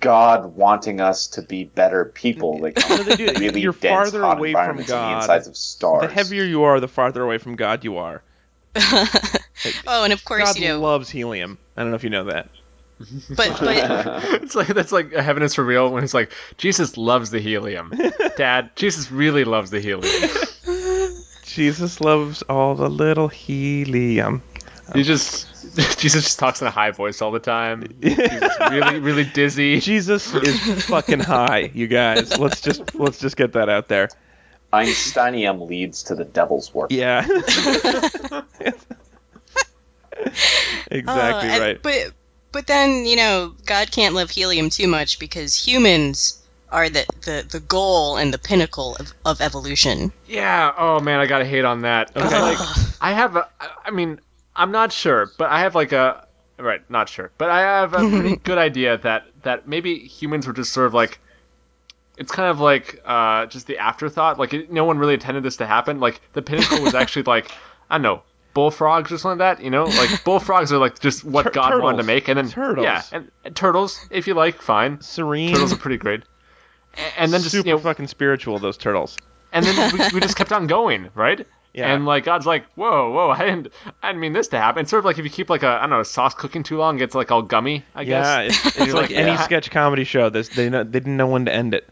Speaker 3: God wanting us to be better people. They
Speaker 1: they
Speaker 3: come from
Speaker 1: do.
Speaker 3: really
Speaker 1: You're
Speaker 3: dense,
Speaker 1: farther
Speaker 3: hot
Speaker 1: away from
Speaker 3: environments on the
Speaker 1: God.
Speaker 3: insides of
Speaker 1: be.
Speaker 3: stars.
Speaker 1: The heavier you are, the farther away from God you are.
Speaker 2: oh, and of course,
Speaker 1: God
Speaker 2: you know,
Speaker 1: loves helium. I don't know if you know that.
Speaker 2: but uh, but
Speaker 4: it's like that's like heaven is for real when it's like Jesus loves the helium. Dad, Jesus really loves the helium.
Speaker 1: Jesus loves all the little helium.
Speaker 4: He just Jesus just talks in a high voice all the time. He's really really dizzy.
Speaker 1: Jesus is fucking high, you guys. Let's just let's just get that out there.
Speaker 3: Einsteinium leads to the devil's work.
Speaker 1: Yeah.
Speaker 2: uh,
Speaker 1: exactly
Speaker 2: and-
Speaker 1: right.
Speaker 2: But but then you know, God can't love helium too much because humans are the the, the goal and the pinnacle of, of evolution.
Speaker 4: Yeah. Oh man, I gotta hate on that. 'Cause,
Speaker 1: Okay.
Speaker 4: like, I have a. I I mean, I'm not sure, but I have like a. Right, not sure, but I have a pretty good idea that that maybe humans were just sort of like. It's kind of like uh, just the afterthought. Like it, no one really intended this to happen. Like the pinnacle was actually like I don't know bullfrogs or something like that. You know, like bullfrogs are like just what
Speaker 1: Tur-
Speaker 4: God wanted to
Speaker 1: turtles.
Speaker 4: make, and then
Speaker 1: Turtles.
Speaker 4: yeah, and, and turtles if you like, fine.
Speaker 1: Serene.
Speaker 4: Turtles are pretty great. A- And then just
Speaker 1: super
Speaker 4: you know,
Speaker 1: fucking spiritual. Those turtles.
Speaker 4: and then we, we just kept on going, right?
Speaker 1: Yeah.
Speaker 4: And like God's like, whoa, whoa, I didn't, I didn't mean this to happen. It's sort of like if you keep like a, I don't know, sauce cooking too long, it gets like all gummy. I
Speaker 1: yeah,
Speaker 4: guess.
Speaker 1: it's, it's
Speaker 4: You're
Speaker 1: like
Speaker 4: like,
Speaker 1: any
Speaker 4: yeah.
Speaker 1: sketch comedy show. There's, they know, they didn't know when to end it.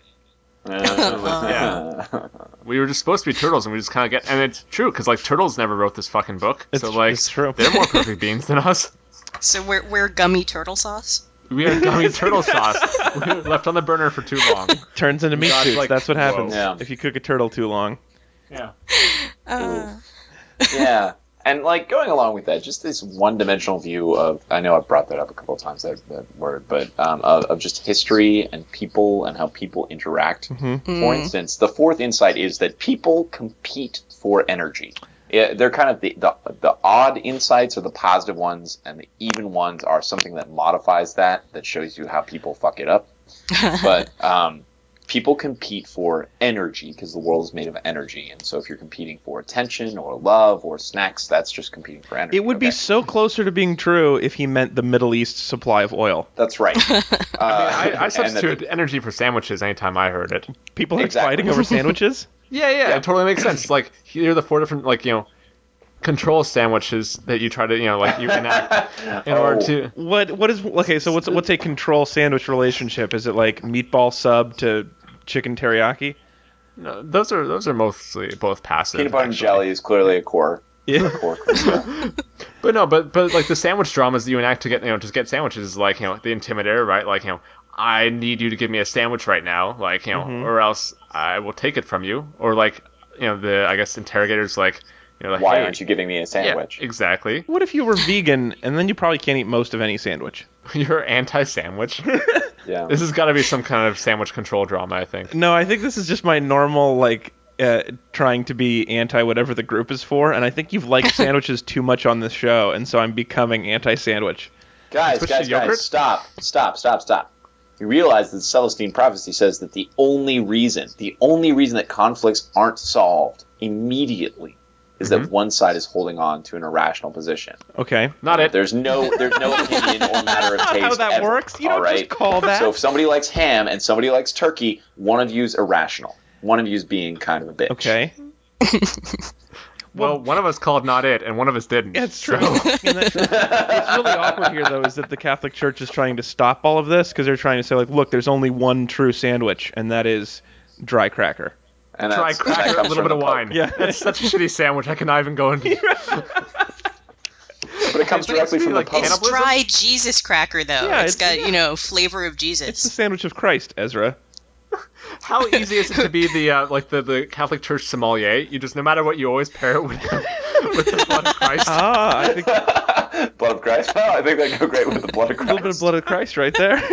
Speaker 3: Uh,
Speaker 4: We were just supposed to be turtles, and we just kind of get, and it's true because like turtles never wrote this fucking book,
Speaker 1: It's
Speaker 4: so
Speaker 1: tr-
Speaker 4: like
Speaker 1: it's true.
Speaker 4: they're more perfect beings than us.
Speaker 2: So we're we're gummy turtle sauce.
Speaker 4: We are gummy turtle sauce We were left on the burner for too long.
Speaker 1: Turns into meat
Speaker 4: God's
Speaker 1: suits.
Speaker 4: like,
Speaker 1: That's what happens
Speaker 3: whoa. Yeah.
Speaker 1: if you cook a turtle too long.
Speaker 4: Yeah.
Speaker 2: Uh,
Speaker 3: yeah. And like going along with that, just this one-dimensional view of I know I've brought that up a couple of times that, that word, but um, of, of just history and people and how people interact.
Speaker 1: Mm-hmm.
Speaker 3: For
Speaker 2: Mm.
Speaker 3: instance, the fourth insight is that people compete for energy. Yeah, they're kind of the, the the odd insights are the positive ones, and the even ones are something that modifies that that shows you how people fuck it up. but um, people compete for energy because the world is made of energy, and so if you're competing for attention or love or snacks, that's just competing for energy.
Speaker 1: It would be
Speaker 3: Okay.
Speaker 1: so closer to being true if he meant the Middle East supply of oil.
Speaker 3: That's right. Uh,
Speaker 4: I, I
Speaker 3: and that-
Speaker 4: substituted energy for sandwiches anytime I heard it.
Speaker 1: People are
Speaker 3: Exactly.
Speaker 1: fighting over sandwiches.
Speaker 4: Yeah, yeah, it totally makes sense. Like here are the four different like you know control sandwiches that you try to you know like you enact in order
Speaker 3: Oh.
Speaker 4: to.
Speaker 1: What what is okay? So what's what's a control sandwich relationship? Is it like meatball sub to chicken teriyaki?
Speaker 4: No, those are those are mostly both passive.
Speaker 3: peanut butter and
Speaker 4: actually.
Speaker 3: jelly is clearly a core.
Speaker 1: Yeah.
Speaker 3: core criteria.
Speaker 4: But no, but but like the sandwich dramas that you enact to get you know to get sandwiches is like you know the intimidator, right? Like you know. I need you to give me a sandwich right now, like you know, or else I will take it from you. Or like, you know, the I guess interrogators like, you know, like,
Speaker 3: Why
Speaker 4: hey,
Speaker 3: aren't you giving me a
Speaker 4: yeah,
Speaker 3: sandwich?
Speaker 4: exactly.
Speaker 1: What if you were vegan and then you probably can't eat most of any sandwich?
Speaker 4: You're anti-sandwich.
Speaker 3: Yeah.
Speaker 4: this has got to be some kind of sandwich control drama, I think.
Speaker 1: No, I think this is just my normal like uh, trying to be anti whatever the group is for, and I think you've liked sandwiches too much on this show, and so I'm becoming anti-sandwich.
Speaker 3: guys,
Speaker 4: Switch
Speaker 3: guys,
Speaker 4: to yogurt?
Speaker 3: guys, stop, stop, stop, stop. You realize that Celestine prophecy says that the only reason, the only reason that conflicts aren't solved immediately is that one side is holding on to an irrational position.
Speaker 1: Okay.
Speaker 4: Not it.
Speaker 3: There's no there's no opinion or matter of taste.
Speaker 1: How that
Speaker 3: ever,
Speaker 1: works? You don't
Speaker 3: all right?
Speaker 1: just call that.
Speaker 3: So if somebody likes ham and somebody likes turkey, one of you's irrational. One of you's being kind of a bitch.
Speaker 1: okay.
Speaker 4: Well, one of us called not it, and one of us didn't.
Speaker 1: That's true. And that- what's really awkward here, though, is that the Catholic Church is trying to stop all of this because they're trying to say, like, look, there's only one true sandwich, and that is dry cracker.
Speaker 3: And
Speaker 4: Try
Speaker 3: that's- that
Speaker 4: cracker, a
Speaker 3: comes
Speaker 4: little
Speaker 3: from
Speaker 4: bit of
Speaker 3: the Pope.
Speaker 4: wine.
Speaker 1: Yeah.
Speaker 4: That's such a shitty sandwich. I cannot even go into.
Speaker 3: But it comes
Speaker 4: But it's
Speaker 3: directly from the
Speaker 4: like
Speaker 3: Pope.
Speaker 2: it's
Speaker 4: Cannibalism?
Speaker 2: dry Jesus cracker though.
Speaker 1: Yeah, it's-
Speaker 2: it's got
Speaker 1: yeah.
Speaker 2: you know flavor of Jesus.
Speaker 1: It's the sandwich of Christ, Ezra.
Speaker 4: How easy is it to be the uh, like the, the Catholic Church sommelier? You just no matter what, you always pair it with, with the blood of Christ.
Speaker 1: Ah, I think a
Speaker 3: blood of Christ. Oh, I think that'd go great with the blood of Christ.
Speaker 1: little bit of blood of Christ right there.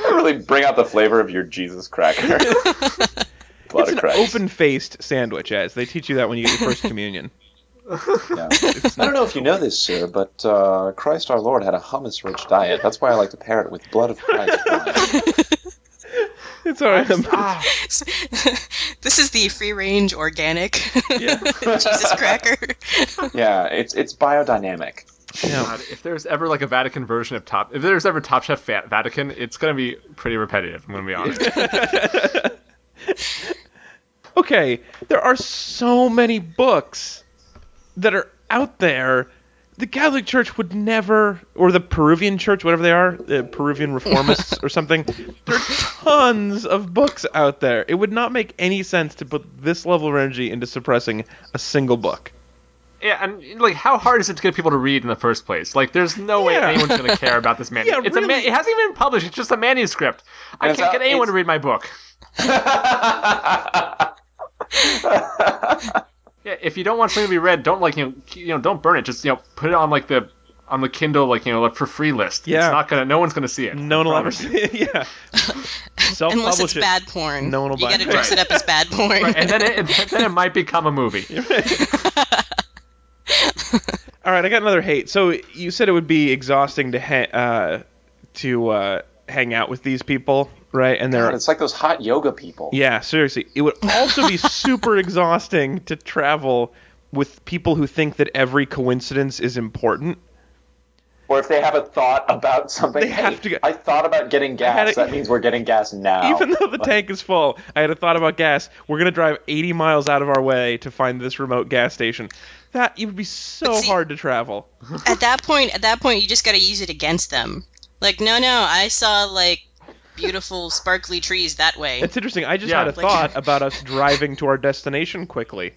Speaker 3: really bring out the flavor of your Jesus cracker. lot
Speaker 1: It's
Speaker 3: of
Speaker 1: an
Speaker 3: cracks.
Speaker 1: open-faced sandwich, as they teach you that when you get your first communion.
Speaker 3: Yeah. I don't know if you know this, sir, but uh, Christ our Lord had a hummus-rich diet. That's why I like to pair it with blood of Christ wine.
Speaker 1: It's all right.
Speaker 4: ah,
Speaker 2: this is the free range organic
Speaker 1: Yeah.
Speaker 2: Jesus cracker.
Speaker 3: Yeah, it's it's biodynamic.
Speaker 1: Yeah.
Speaker 4: God, if there's ever like a Vatican version of Top, if there's ever Top Chef Va- Vatican, it's gonna be pretty repetitive. I'm gonna be honest.
Speaker 1: okay, there are so many books that are out there. The Catholic Church would never, or the Peruvian Church, whatever they are, the Peruvian Reformists or something. There are tons of books out there. It would not make any sense to put this level of energy into suppressing a single book.
Speaker 4: Yeah, and like, how hard is it to get people to read in the first place? Like, there's no way
Speaker 1: Yeah.
Speaker 4: anyone's gonna care about this manuscript.
Speaker 1: Yeah,
Speaker 4: it's a man-
Speaker 1: really.
Speaker 4: it hasn't even been published. It's just a manuscript. I
Speaker 3: It's
Speaker 4: can't
Speaker 3: out-
Speaker 4: get anyone
Speaker 3: it's-
Speaker 4: to read my book. Yeah, if you don't want something to be read, don't like you know, you know, don't burn it. Just you know, put it on like the on the Kindle like you know, like, for free list.
Speaker 1: Yeah.
Speaker 4: it's not gonna. No one's gonna see it.
Speaker 1: No
Speaker 4: I
Speaker 1: one will ever
Speaker 4: promise
Speaker 1: see
Speaker 4: you.
Speaker 1: it. Yeah.
Speaker 2: Unless
Speaker 1: Self-publish
Speaker 2: it's
Speaker 1: it.
Speaker 2: bad porn.
Speaker 1: No one will
Speaker 2: You
Speaker 1: buy
Speaker 2: gotta
Speaker 1: it.
Speaker 2: dress it up as bad porn.
Speaker 4: And then it, and then it might become a movie.
Speaker 1: All right, I got another hate. So you said it would be exhausting to ha- uh, to uh, hang out with these people, right? And they're
Speaker 3: God, it's like those hot yoga people.
Speaker 1: yeah, seriously, it would also be super exhausting to travel with people who think that every coincidence is important.
Speaker 3: Or if they have a thought about something,
Speaker 1: They
Speaker 3: hey,
Speaker 1: have to get-
Speaker 3: I thought about getting
Speaker 1: had
Speaker 3: gas.
Speaker 1: a-
Speaker 3: That means we're getting gas now.
Speaker 1: Even though the tank is full, I had a thought about gas. We're gonna drive 80 miles out of our way to find this remote gas station. That it would be so
Speaker 2: But see-
Speaker 1: hard to travel.
Speaker 2: at that point at that point you just got to use it against them like no no i saw like beautiful sparkly trees that way
Speaker 1: It's interesting. I just
Speaker 4: Yeah.
Speaker 1: had a thought about us driving to our destination quickly.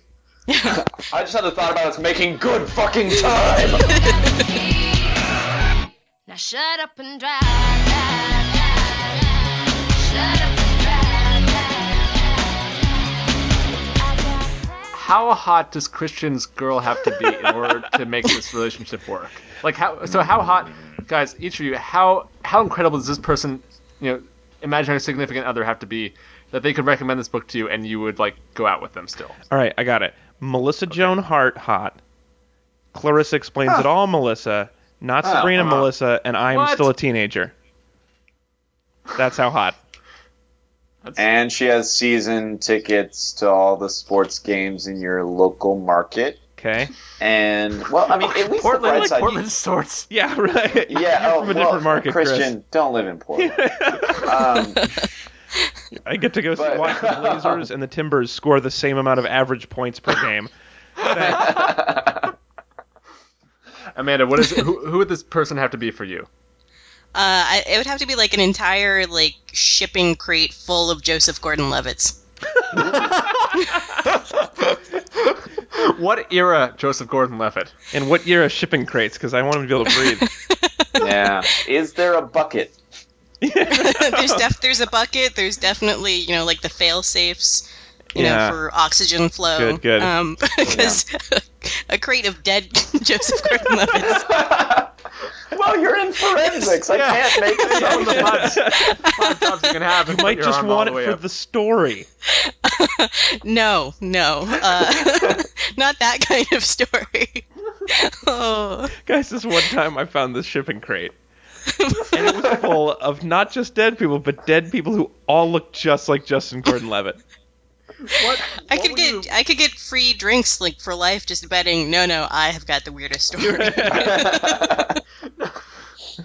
Speaker 3: I just had a thought about us making good fucking time.
Speaker 6: Now shut up and drive. drive, drive, drive. Shut up and drive, drive, drive, drive. I got
Speaker 4: How hot does Christian's girl have to be in order to make this relationship work? Like how so how hot guys, each of you, how how incredible does this person, you know, imaginary significant other have to be that they could recommend this book to you and you would like go out with them still?
Speaker 1: All right, I got it. Melissa Joan Hart, hot. Clarissa explains it all, Melissa. Not
Speaker 3: Oh,
Speaker 1: Sabrina,
Speaker 3: uh-huh.
Speaker 1: Melissa, and I'm
Speaker 4: What?
Speaker 1: still a teenager. That's how hot.
Speaker 3: And she has season tickets to all the sports games in your local market.
Speaker 1: Okay.
Speaker 3: And well, I mean, at least the
Speaker 4: Portland
Speaker 3: bright
Speaker 4: like
Speaker 3: side.
Speaker 4: Portland sorts.
Speaker 1: Yeah, right.
Speaker 3: yeah,
Speaker 1: You're
Speaker 3: oh,
Speaker 1: from a
Speaker 3: well,
Speaker 1: different market,
Speaker 3: Christian, don't live in Portland. um,
Speaker 1: Chris. I get to go see,
Speaker 3: But-
Speaker 1: watch the Blazers and the Timbers score the same amount of average points per game. Thanks.
Speaker 4: Amanda, what is who who would this person have to be for you?
Speaker 2: uh, I, it would have to be like an entire like shipping crate full of joseph gordon-levitt's
Speaker 4: What era Joseph Gordon Levitt?
Speaker 1: and what year are shipping crates? Because I want them to be able to breathe.
Speaker 3: yeah. Is there a bucket?
Speaker 2: there's def- there's a bucket there's definitely you know like the fail safes you
Speaker 1: Yeah.
Speaker 2: know for oxygen flow
Speaker 1: Good, good.
Speaker 2: um because a crate of dead joseph gordon-levitt's
Speaker 3: Well, you're in forensics. I
Speaker 4: Yeah.
Speaker 3: can't make this
Speaker 4: Some of the
Speaker 3: up.
Speaker 4: mods, mod jobs you can have.
Speaker 1: You
Speaker 4: and put
Speaker 1: might
Speaker 4: your
Speaker 1: just
Speaker 4: arm all
Speaker 1: want
Speaker 4: the
Speaker 1: it
Speaker 4: way
Speaker 1: for
Speaker 4: up.
Speaker 1: the story.
Speaker 2: no no uh, not that kind of story oh
Speaker 1: Guys, this one time I found this shipping crate. and it was full of not just dead people, but dead people who all looked just like Justin Gordon Levitt.
Speaker 4: What-
Speaker 2: I
Speaker 4: what
Speaker 2: could
Speaker 4: would
Speaker 2: get
Speaker 4: you-
Speaker 2: I could get free drinks like for life just betting no no I have got the weirdest story.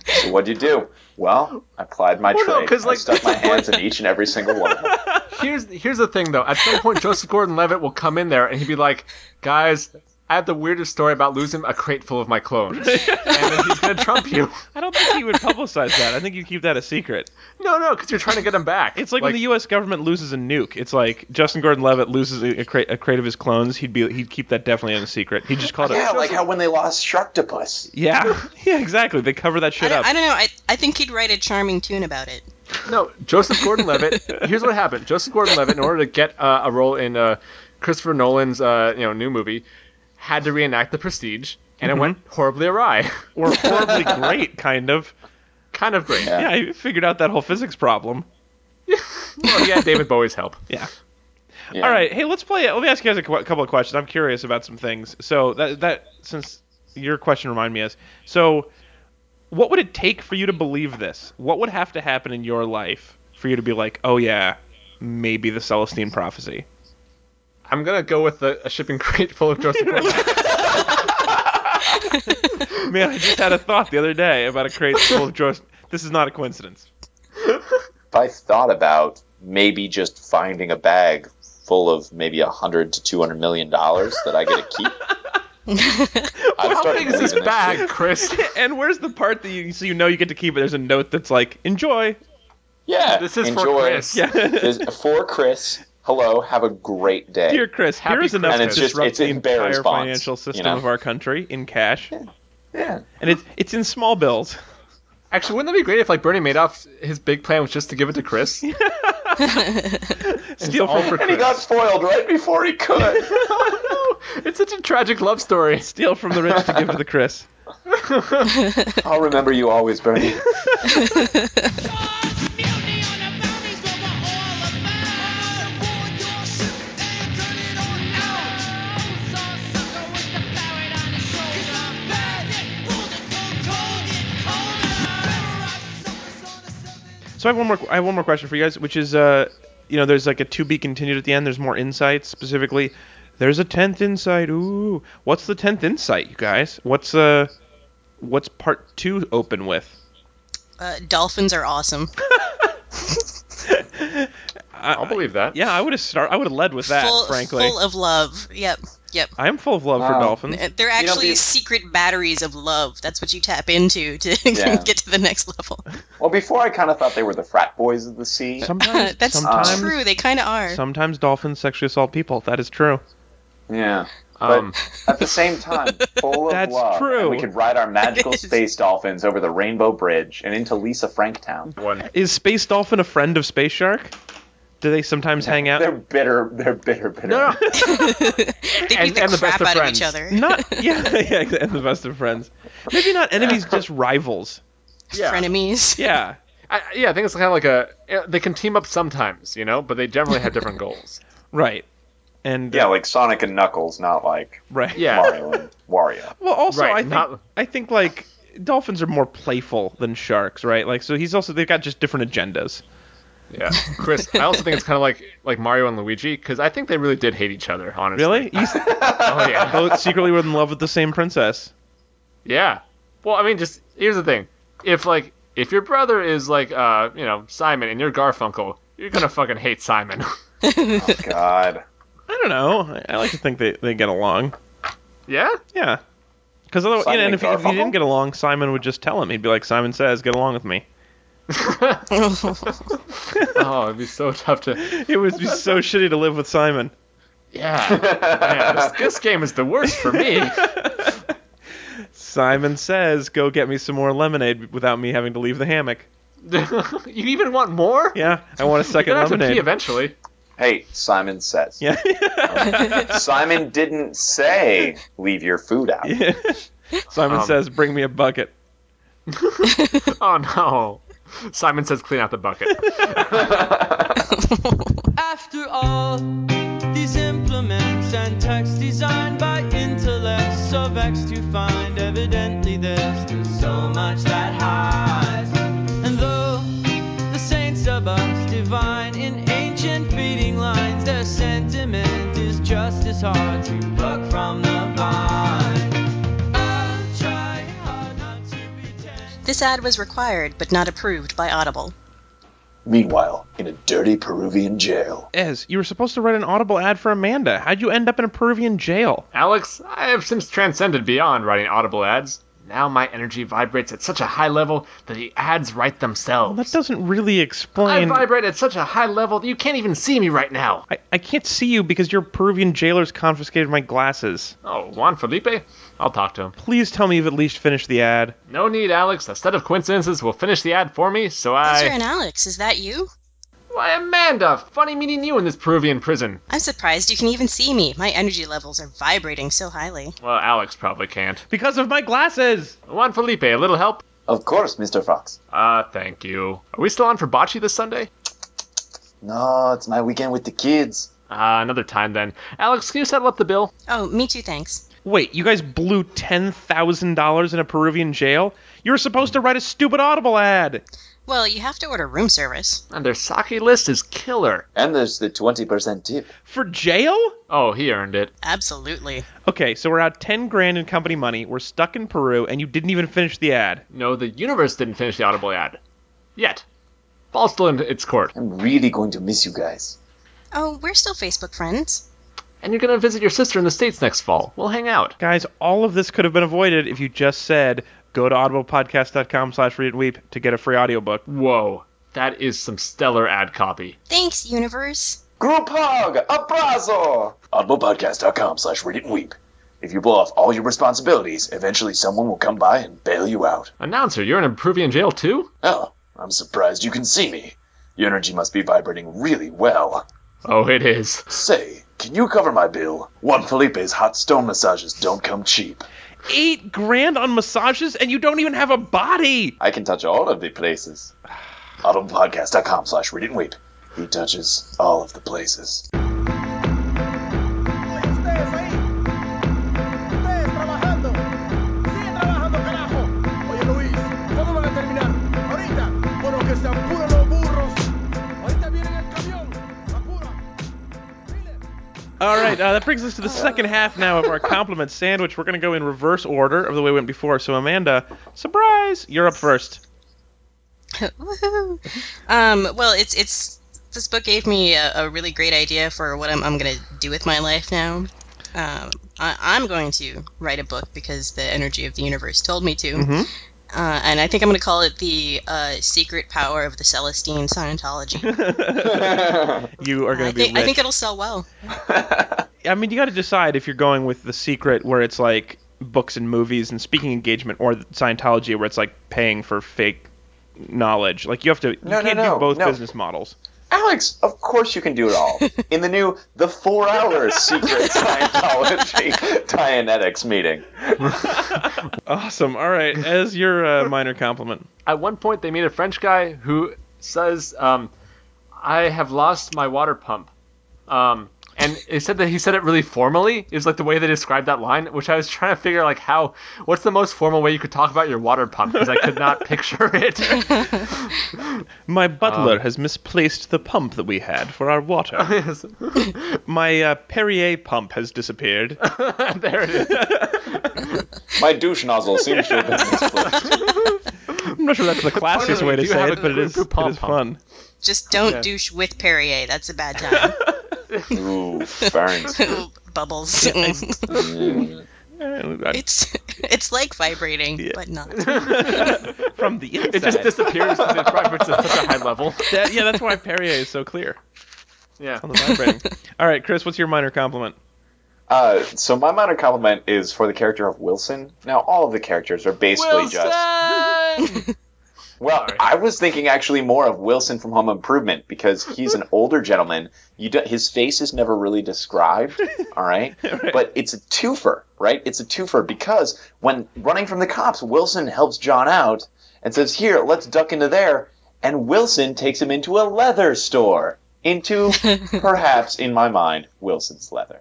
Speaker 3: So what'd you do? Well, I plied my
Speaker 4: Well, no,
Speaker 3: trade.
Speaker 4: 'cause,
Speaker 3: I
Speaker 4: like,
Speaker 3: stuck my hands in each and every single one of them.
Speaker 4: Here's here's the thing though. At some point, Joseph Gordon-Levitt will come in there and he'd be like, "Guys, I have the weirdest story about losing a crate full of my clones," and then he's gonna trump you.
Speaker 1: I don't think he would publicize that. I think you keep that a secret.
Speaker 4: No, no, because you're trying to get him back.
Speaker 1: It's like, when the U.S. government loses a nuke. It's like Justin Gordon Levitt loses a, a, crate, a crate of his clones. He'd be he'd keep that definitely in a secret. He just called
Speaker 3: Yeah,
Speaker 1: it.
Speaker 3: like how when they lost Sharktopus.
Speaker 1: Yeah, yeah, exactly. They cover that
Speaker 2: I
Speaker 1: shit
Speaker 2: don't,
Speaker 1: up.
Speaker 2: I don't know I, I think he'd write a charming tune about it.
Speaker 4: no Joseph Gordon-Levitt. here's what happened. Joseph Gordon-Levitt, in order to get uh, a role in uh, Christopher Nolan's uh, you know new movie, had to reenact The Prestige, and it went horribly awry.
Speaker 1: Or horribly great, kind of.
Speaker 4: kind of great.
Speaker 1: Yeah, he figured out that whole physics problem.
Speaker 4: Well, he had David Bowie's help.
Speaker 1: Yeah.
Speaker 3: Yeah.
Speaker 1: All right, hey, let's play. Let me ask you guys a qu- couple of questions. I'm curious about some things. So that that since your question reminded me is so, what would it take for you to believe this? What would have to happen in your life for you to be like, oh yeah, maybe the Celestine prophecy?
Speaker 4: I'm gonna go with a, a shipping crate full of Joseph. Gordon.
Speaker 1: Man, I just had a thought the other day about a crate full of Joseph. This is not a coincidence.
Speaker 3: If I thought about maybe just finding a bag full of maybe a hundred to two hundred million dollars that I get to keep, I'd
Speaker 4: How
Speaker 3: start
Speaker 4: big is this
Speaker 3: believing shit.
Speaker 4: bag, Chris?
Speaker 1: And where's the part that you so you know you get to keep it? There's a note that's like, enjoy.
Speaker 3: Yeah,
Speaker 4: This is
Speaker 3: enjoy.
Speaker 4: for Chris.
Speaker 1: Yeah.
Speaker 3: This- for Chris. Hello, have a great day.
Speaker 1: Dear Chris,
Speaker 4: Happy
Speaker 1: here is enough
Speaker 4: Christmas. And
Speaker 1: to
Speaker 4: it's
Speaker 3: just-
Speaker 1: disrupt
Speaker 3: it's
Speaker 1: the
Speaker 3: in bear
Speaker 1: entire
Speaker 3: response,
Speaker 1: financial system
Speaker 3: you know?
Speaker 1: of our country in cash,
Speaker 3: yeah,
Speaker 1: and it's it's in small bills.
Speaker 4: Actually, wouldn't that be great if like Bernie Madoff, his big plan was just to give it to Chris?
Speaker 1: Steal
Speaker 4: all
Speaker 1: from
Speaker 4: for
Speaker 3: and he got spoiled right before he could.
Speaker 4: it's such a tragic love story.
Speaker 1: steal from the rich to give to the Chris.
Speaker 3: I'll remember you always, Bernie.
Speaker 1: So I have one more. I have one more question for you guys, which is, uh, you know, there's like a to be continued at the end. There's more insights specifically. There's a tenth insight. Ooh, what's the tenth insight, you guys? What's uh, what's part two open with?
Speaker 2: Uh, dolphins are awesome.
Speaker 4: I'll believe that.
Speaker 1: Yeah, I would have start. I would have led with that,
Speaker 2: full,
Speaker 1: frankly.
Speaker 2: full of love. Yep, yep.
Speaker 1: I am full of love for
Speaker 3: Wow.
Speaker 1: dolphins.
Speaker 2: Uh, They're
Speaker 3: You know,
Speaker 2: actually
Speaker 3: the-
Speaker 2: secret batteries of love. That's what you tap into to
Speaker 3: Yeah.
Speaker 2: get to the next level.
Speaker 3: Well, before I kind of thought they were the frat boys of the sea.
Speaker 1: Sometimes,
Speaker 2: That's
Speaker 1: sometimes,
Speaker 2: true. They kind of are.
Speaker 1: sometimes dolphins sexually assault people. That is true.
Speaker 3: Yeah. But
Speaker 4: Um,
Speaker 3: at the same time, full of
Speaker 1: That's
Speaker 3: love.
Speaker 1: true.
Speaker 3: And we could ride our magical
Speaker 2: It is.
Speaker 3: space dolphins over the Rainbow Bridge and into Lisa Franktown.
Speaker 4: one.
Speaker 1: Is space dolphin a friend of space shark? Do they sometimes hang out?
Speaker 3: They're bitter. They're bitter, bitter.
Speaker 4: No, no.
Speaker 2: they beat
Speaker 4: and-
Speaker 2: the
Speaker 4: and the best
Speaker 2: crap
Speaker 4: of
Speaker 2: out of
Speaker 4: friends.
Speaker 2: each other.
Speaker 1: Not yeah, yeah, exactly, and the best of friends. Maybe not enemies, just rivals.
Speaker 4: Yeah.
Speaker 2: Frenemies.
Speaker 1: Yeah,
Speaker 4: I, yeah, I think it's kind of like a. yeah, They can team up sometimes, you know, but they generally have different goals.
Speaker 1: right. And
Speaker 3: Yeah, like Sonic and Knuckles, not like
Speaker 1: right.
Speaker 4: Yeah.
Speaker 3: Mario and Wario.
Speaker 1: Well, also
Speaker 4: Right,
Speaker 1: I think
Speaker 4: not-
Speaker 1: I think like dolphins are more playful than sharks, right? Like so he's also they've got just different agendas.
Speaker 4: Yeah, Chris. I also think it's kind of like like Mario and Luigi because I think they really did hate each other. Honestly.
Speaker 1: Really? You s-
Speaker 4: Oh yeah.
Speaker 1: both secretly were in love with the same princess.
Speaker 4: yeah. Well, I mean, just here's the thing. If like if your brother is like uh you know Simon and you're Garfunkel, you're gonna fucking hate Simon.
Speaker 3: God.
Speaker 1: I don't know. I, I like to think they, they get along.
Speaker 4: yeah.
Speaker 1: Yeah. Because otherwise,
Speaker 3: Simon
Speaker 1: and
Speaker 3: and
Speaker 1: if, if he
Speaker 3: Garfunkel?
Speaker 1: didn't get along, Simon would just tell him. He'd be like, Simon says, get along with me.
Speaker 4: Oh, it'd be so tough to.
Speaker 1: It would be so shitty to live with Simon.
Speaker 4: Yeah. Man, this, this game is the worst for me.
Speaker 1: Simon says, go get me some more lemonade without me having to leave the hammock.
Speaker 4: you even want more?
Speaker 1: Yeah, I want a second
Speaker 4: You're gonna have to pee
Speaker 1: lemonade.
Speaker 4: eventually.
Speaker 3: Hey, Simon says.
Speaker 1: Yeah.
Speaker 3: Simon didn't say leave your food out.
Speaker 1: Simon
Speaker 4: Um,
Speaker 1: says, bring me a bucket.
Speaker 4: Oh no. Simon says clean out the bucket.
Speaker 7: After all, these implements and texts designed by intellects so vexed to find evidently there's still so much that hides. And though the saints of us divine in ancient feeding lines, their sentiment is just as hard to pluck from the vine. I'll try hard not to pretend.
Speaker 2: This ad was required but not approved by Audible.
Speaker 3: Meanwhile, in a dirty Peruvian jail.
Speaker 1: Ez, you were supposed to write an Audible ad for Amanda. How'd you end up in a Peruvian jail?
Speaker 4: Alex, I have since transcended beyond writing audible ads. Now my energy vibrates at such a high level that the ads write themselves.
Speaker 1: That doesn't really
Speaker 4: I
Speaker 1: explain.
Speaker 4: vibrate at such a high level that you can't even see me right now.
Speaker 1: I, I can't see you because your Peruvian jailers confiscated my glasses.
Speaker 4: Oh, Juan Felipe? I'll talk to him.
Speaker 1: Please tell me you've at least finished the ad.
Speaker 4: No need, Alex. A set of coincidences will finish the ad for me, so I.
Speaker 2: Ezra and Alex, is that you?
Speaker 4: Why, Amanda! Funny meeting you in this Peruvian prison.
Speaker 2: I'm surprised you can even see me. My energy levels are vibrating so highly.
Speaker 4: Well, Alex probably can't.
Speaker 1: Because of my glasses!
Speaker 4: Juan Felipe, a little help?
Speaker 3: Of course, Mr. Fox.
Speaker 4: Ah, thank you. Are we still on for bocce this Sunday?
Speaker 3: No, it's my weekend with the kids.
Speaker 4: Uh, another time then. Alex, can you settle up the bill?
Speaker 2: Oh, me too, thanks.
Speaker 1: Wait, you guys blew ten thousand dollars in a Peruvian jail? You were supposed to write a stupid Audible ad.
Speaker 2: Well, you have to order room service.
Speaker 4: And their sake list is killer.
Speaker 3: And there's the 20% tip.
Speaker 1: For jail?
Speaker 4: Oh, he earned it.
Speaker 2: Absolutely.
Speaker 1: Okay, so we're out ten grand in company money, we're stuck in Peru, and you didn't even finish the ad.
Speaker 4: No, the universe didn't finish the Audible ad. Yet. Ball's still in its court.
Speaker 3: I'm really going to miss you guys.
Speaker 2: Oh, we're still Facebook friends.
Speaker 4: And you're gonna visit your sister in the States next fall. We'll hang out.
Speaker 1: Guys, all of this could have been avoided if you just said go to audiblepodcast.com slash read and weep to get a free audiobook.
Speaker 4: Whoa. That is some stellar ad copy.
Speaker 2: Thanks, universe.
Speaker 3: Group hug! Abrazo! Audiblepodcast.com slash read it and weep. If you blow off all your responsibilities, eventually someone will come by and bail you out.
Speaker 4: Announcer, you're in a Peruvian jail too?
Speaker 3: Oh, I'm surprised you can see me. Your energy must be vibrating really well.
Speaker 4: Oh, it is.
Speaker 3: Say, can you cover my bill? Juan Felipe's hot stone massages don't come cheap.
Speaker 1: Eight grand on massages and you don't even have a body.
Speaker 3: I can touch all of the places. Audiblepodcast.com slash read it and weep. He touches all of the places.
Speaker 5: Ustedes ahí, ustedes trabajando, siguen trabajando, carajo. Oye Luis, ¿cuándo van a terminar? Ahorita, bueno que se apuran los burros. Ahorita viene el camión, apura. Dile.
Speaker 1: All right, uh, that brings us to the second half now of our compliment sandwich. We're going to go in reverse order of the way we went before. So, Amanda, surprise, you're up first.
Speaker 2: Woohoo! Um, well, it's it's this book gave me a, a really great idea for what I'm, I'm gonna do with my life now. Um, I, I'm going to write a book because the energy of the universe told me to,
Speaker 1: Mhm.
Speaker 2: uh, and I think I'm gonna call it the uh, secret power of the Celestine Scientology.
Speaker 1: You are
Speaker 2: I
Speaker 1: going to be
Speaker 2: think I
Speaker 1: rich.
Speaker 2: think it'll sell well.
Speaker 1: I mean, you got to decide if you're going with the secret, where it's like books and movies and speaking engagement, or Scientology, where it's like paying for fake knowledge. Like you have to, you
Speaker 3: No, no,
Speaker 1: can't
Speaker 3: no,
Speaker 1: do both
Speaker 3: no.
Speaker 1: business models.
Speaker 3: Alex, of course you can do it all. In the new The Four Hour Secret Scientology Dianetics meeting.
Speaker 1: Awesome. All right, as your uh, minor compliment.
Speaker 4: At one point, they meet a French guy who says, um, I have lost my water pump. Um, and he said that he said it really formally, is like the way they described that line, which I was trying to figure like how, what's the most formal way you could talk about your water pump? Because I could not picture it.
Speaker 1: My butler has misplaced the pump that we had for our water.
Speaker 4: Yes.
Speaker 1: My uh, Perrier pump has disappeared.
Speaker 4: there it is.
Speaker 3: My douche nozzle seems to have been misplaced.
Speaker 1: I'm not sure that's the classiest
Speaker 4: Finally,
Speaker 1: way to
Speaker 4: you have
Speaker 1: say
Speaker 4: a
Speaker 1: it, but it is,
Speaker 4: poo-poo
Speaker 1: it
Speaker 4: pom
Speaker 1: is
Speaker 4: pom.
Speaker 1: fun.
Speaker 2: Just don't douche with Perrier. That's a bad time.
Speaker 3: Ooh, ferns.
Speaker 2: Bubbles. it's
Speaker 3: Mm.
Speaker 1: Uh,
Speaker 2: it's like vibrating, but not.
Speaker 1: From the inside.
Speaker 4: It just disappears because it vibrates at such a high level.
Speaker 1: That- yeah, that's why Perrier is so clear
Speaker 4: Yeah.
Speaker 1: on the vibrating. All right, Chris, what's your minor compliment?
Speaker 3: Uh, so my minor compliment is for the character of Wilson. Now all of the characters are basically just Well,
Speaker 4: Sorry.
Speaker 3: I was thinking actually more of Wilson from Home Improvement because he's an older gentleman. You do, his face is never really described, all right? But it's a twofer, right? It's a twofer because when running from the cops, Wilson helps John out and says, "Here, let's duck into there." And Wilson takes him into a leather store, into perhaps in my mind Wilson's leather.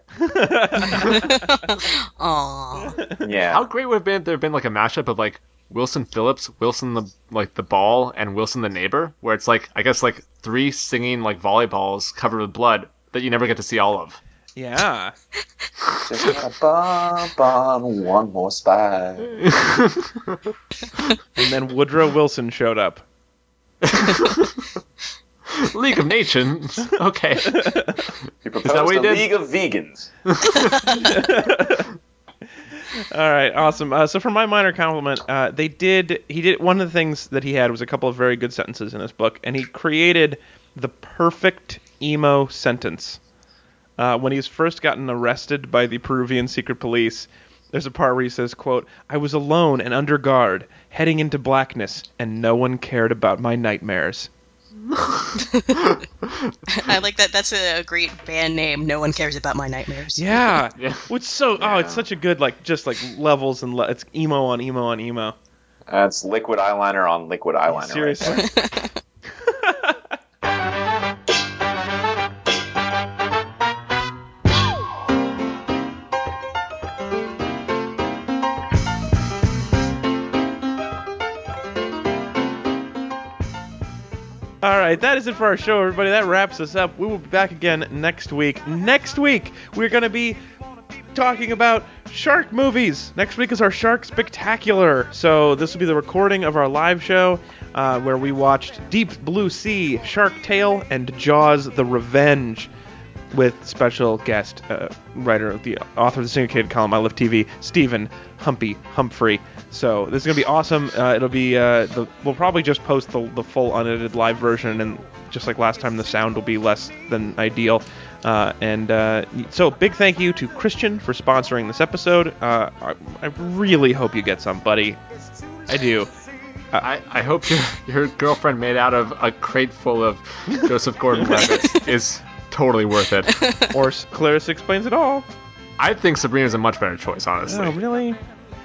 Speaker 2: Aww.
Speaker 3: Yeah.
Speaker 4: How great would it have been if there had been like a mashup of like Wilson Phillips, Wilson the like the ball, and Wilson the neighbor, where it's like I guess like three singing like volleyballs covered with blood that you never get to see all of.
Speaker 1: Yeah.
Speaker 3: Just a bump on one more spot.
Speaker 1: And then Woodrow Wilson showed up.
Speaker 4: League of Nations. Okay.
Speaker 3: He
Speaker 4: what
Speaker 3: proposed
Speaker 4: he
Speaker 3: a
Speaker 4: did?
Speaker 3: league of vegans.
Speaker 1: All right, awesome. Uh, so for my minor compliment, uh, they did. He did one of the things that he had was a couple of very good sentences in this book, and he created the perfect emo sentence. Uh, when he's first gotten arrested by the Peruvian secret police, there's a part where he says, "quote I was alone and under guard, heading into blackness, and no one cared about my nightmares."
Speaker 2: I like that. That's a great band name. No one cares about my nightmares.
Speaker 1: Yeah,
Speaker 4: Yeah.
Speaker 1: which so oh, it's such a good like just like levels and le- it's emo on emo on emo.
Speaker 3: That's liquid eyeliner on liquid eyeliner. right
Speaker 1: Seriously.
Speaker 3: there.
Speaker 6: Shut up
Speaker 1: All right, that is it for our show, everybody. That wraps us up. We will be back again next week. Next week, we're going to be talking about shark movies. Next week is our Shark Spectacular. So, this will be the recording of our live show uh, where we watched Deep Blue Sea, Shark Tale, and Jaws the Revenge with special guest uh, writer, the author of the syndicated column I Love TV, Stephen Humpy Humphrey. So this is gonna be awesome. Uh, it'll be uh, the, we'll probably just post the, the full unedited live version, and just like last time, the sound will be less than ideal. Uh, and uh, so big thank you to Christian for sponsoring this episode. Uh, I, I really hope you get some, buddy. I do.
Speaker 4: I, I hope your your girlfriend made out of a crate full of Joseph Gordon-Levitt is totally worth it.
Speaker 1: Or s- Clarice explains it all.
Speaker 4: I think Sabrina's a much better choice, honestly.
Speaker 1: Oh, really?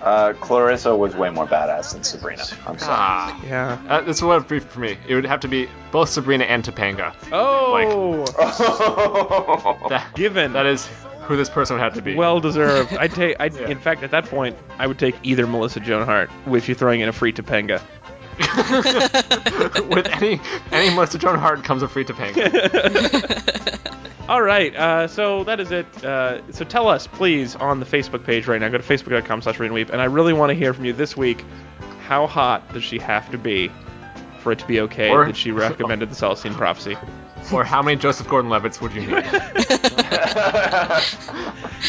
Speaker 3: Uh, Clarissa was way more badass than Sabrina. I'm sorry.
Speaker 4: Ah,
Speaker 1: Yeah.
Speaker 4: uh, this would have brief for me. It would have to be both Sabrina and Topanga.
Speaker 1: Oh,
Speaker 4: That,
Speaker 1: given.
Speaker 4: that is who this person would have to be.
Speaker 1: Well deserved. I'd take. I'd,
Speaker 4: Yeah.
Speaker 1: In fact, at that point, I would take either Melissa Joan Hart, if you're throwing in a free Topanga.
Speaker 4: with any any Melissa Joan Hart comes a free Topanga.
Speaker 1: All right. Uh, so that is it. Uh, so tell us, please, on the Facebook page right now. Go to facebook.com/readandweep, and I really want to hear from you this week. How hot does she have to be for it to be okay
Speaker 4: Or-
Speaker 1: that she recommended the Celestine prophecy?
Speaker 4: or how many Joseph Gordon-Levitts would you need?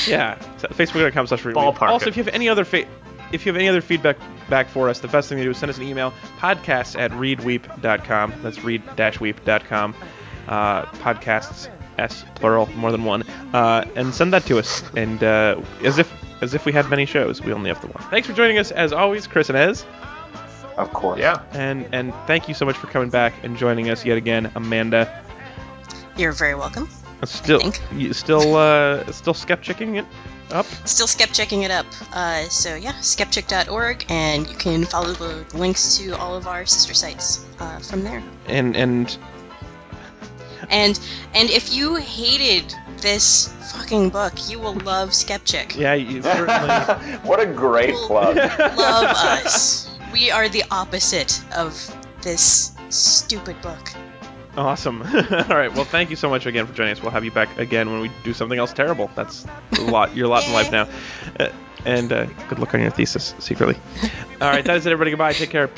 Speaker 1: Yeah, so facebook.com slash readweep.
Speaker 4: Ballpark
Speaker 1: Also,
Speaker 4: it.
Speaker 1: if you have any other fa- if you have any other feedback back for us, the best thing to do is send us an email, podcast at readweep.com. That's read-weep.com. Uh, podcasts, S, plural, more than one. Uh, and send that to us. And uh, as if as if we had many shows, we only have the one. Thanks for joining us, as always, Chris and Ez.
Speaker 3: of course.
Speaker 4: Yeah.
Speaker 1: And, and thank you so much for coming back and joining us yet again, Amanda.
Speaker 2: You're very welcome.
Speaker 1: Still,
Speaker 2: think.
Speaker 1: you still, uh, still skepticking it up.
Speaker 2: Still skep checking it up. Uh, so yeah, skeptic.org, and you can follow the links to all of our sister sites uh, from there.
Speaker 1: And, and
Speaker 2: And and if you hated this fucking book, you will love Skeptic.
Speaker 1: yeah, you certainly.
Speaker 3: what a great plug.
Speaker 2: Love us. We are the opposite of this stupid book.
Speaker 1: Awesome. All right. Well, thank you so much again for joining us. We'll have you back again when we do something else terrible. That's a lot. Your lot in life now. Uh, and uh, good luck on your thesis secretly. All right. That is it, everybody. Goodbye. Take care.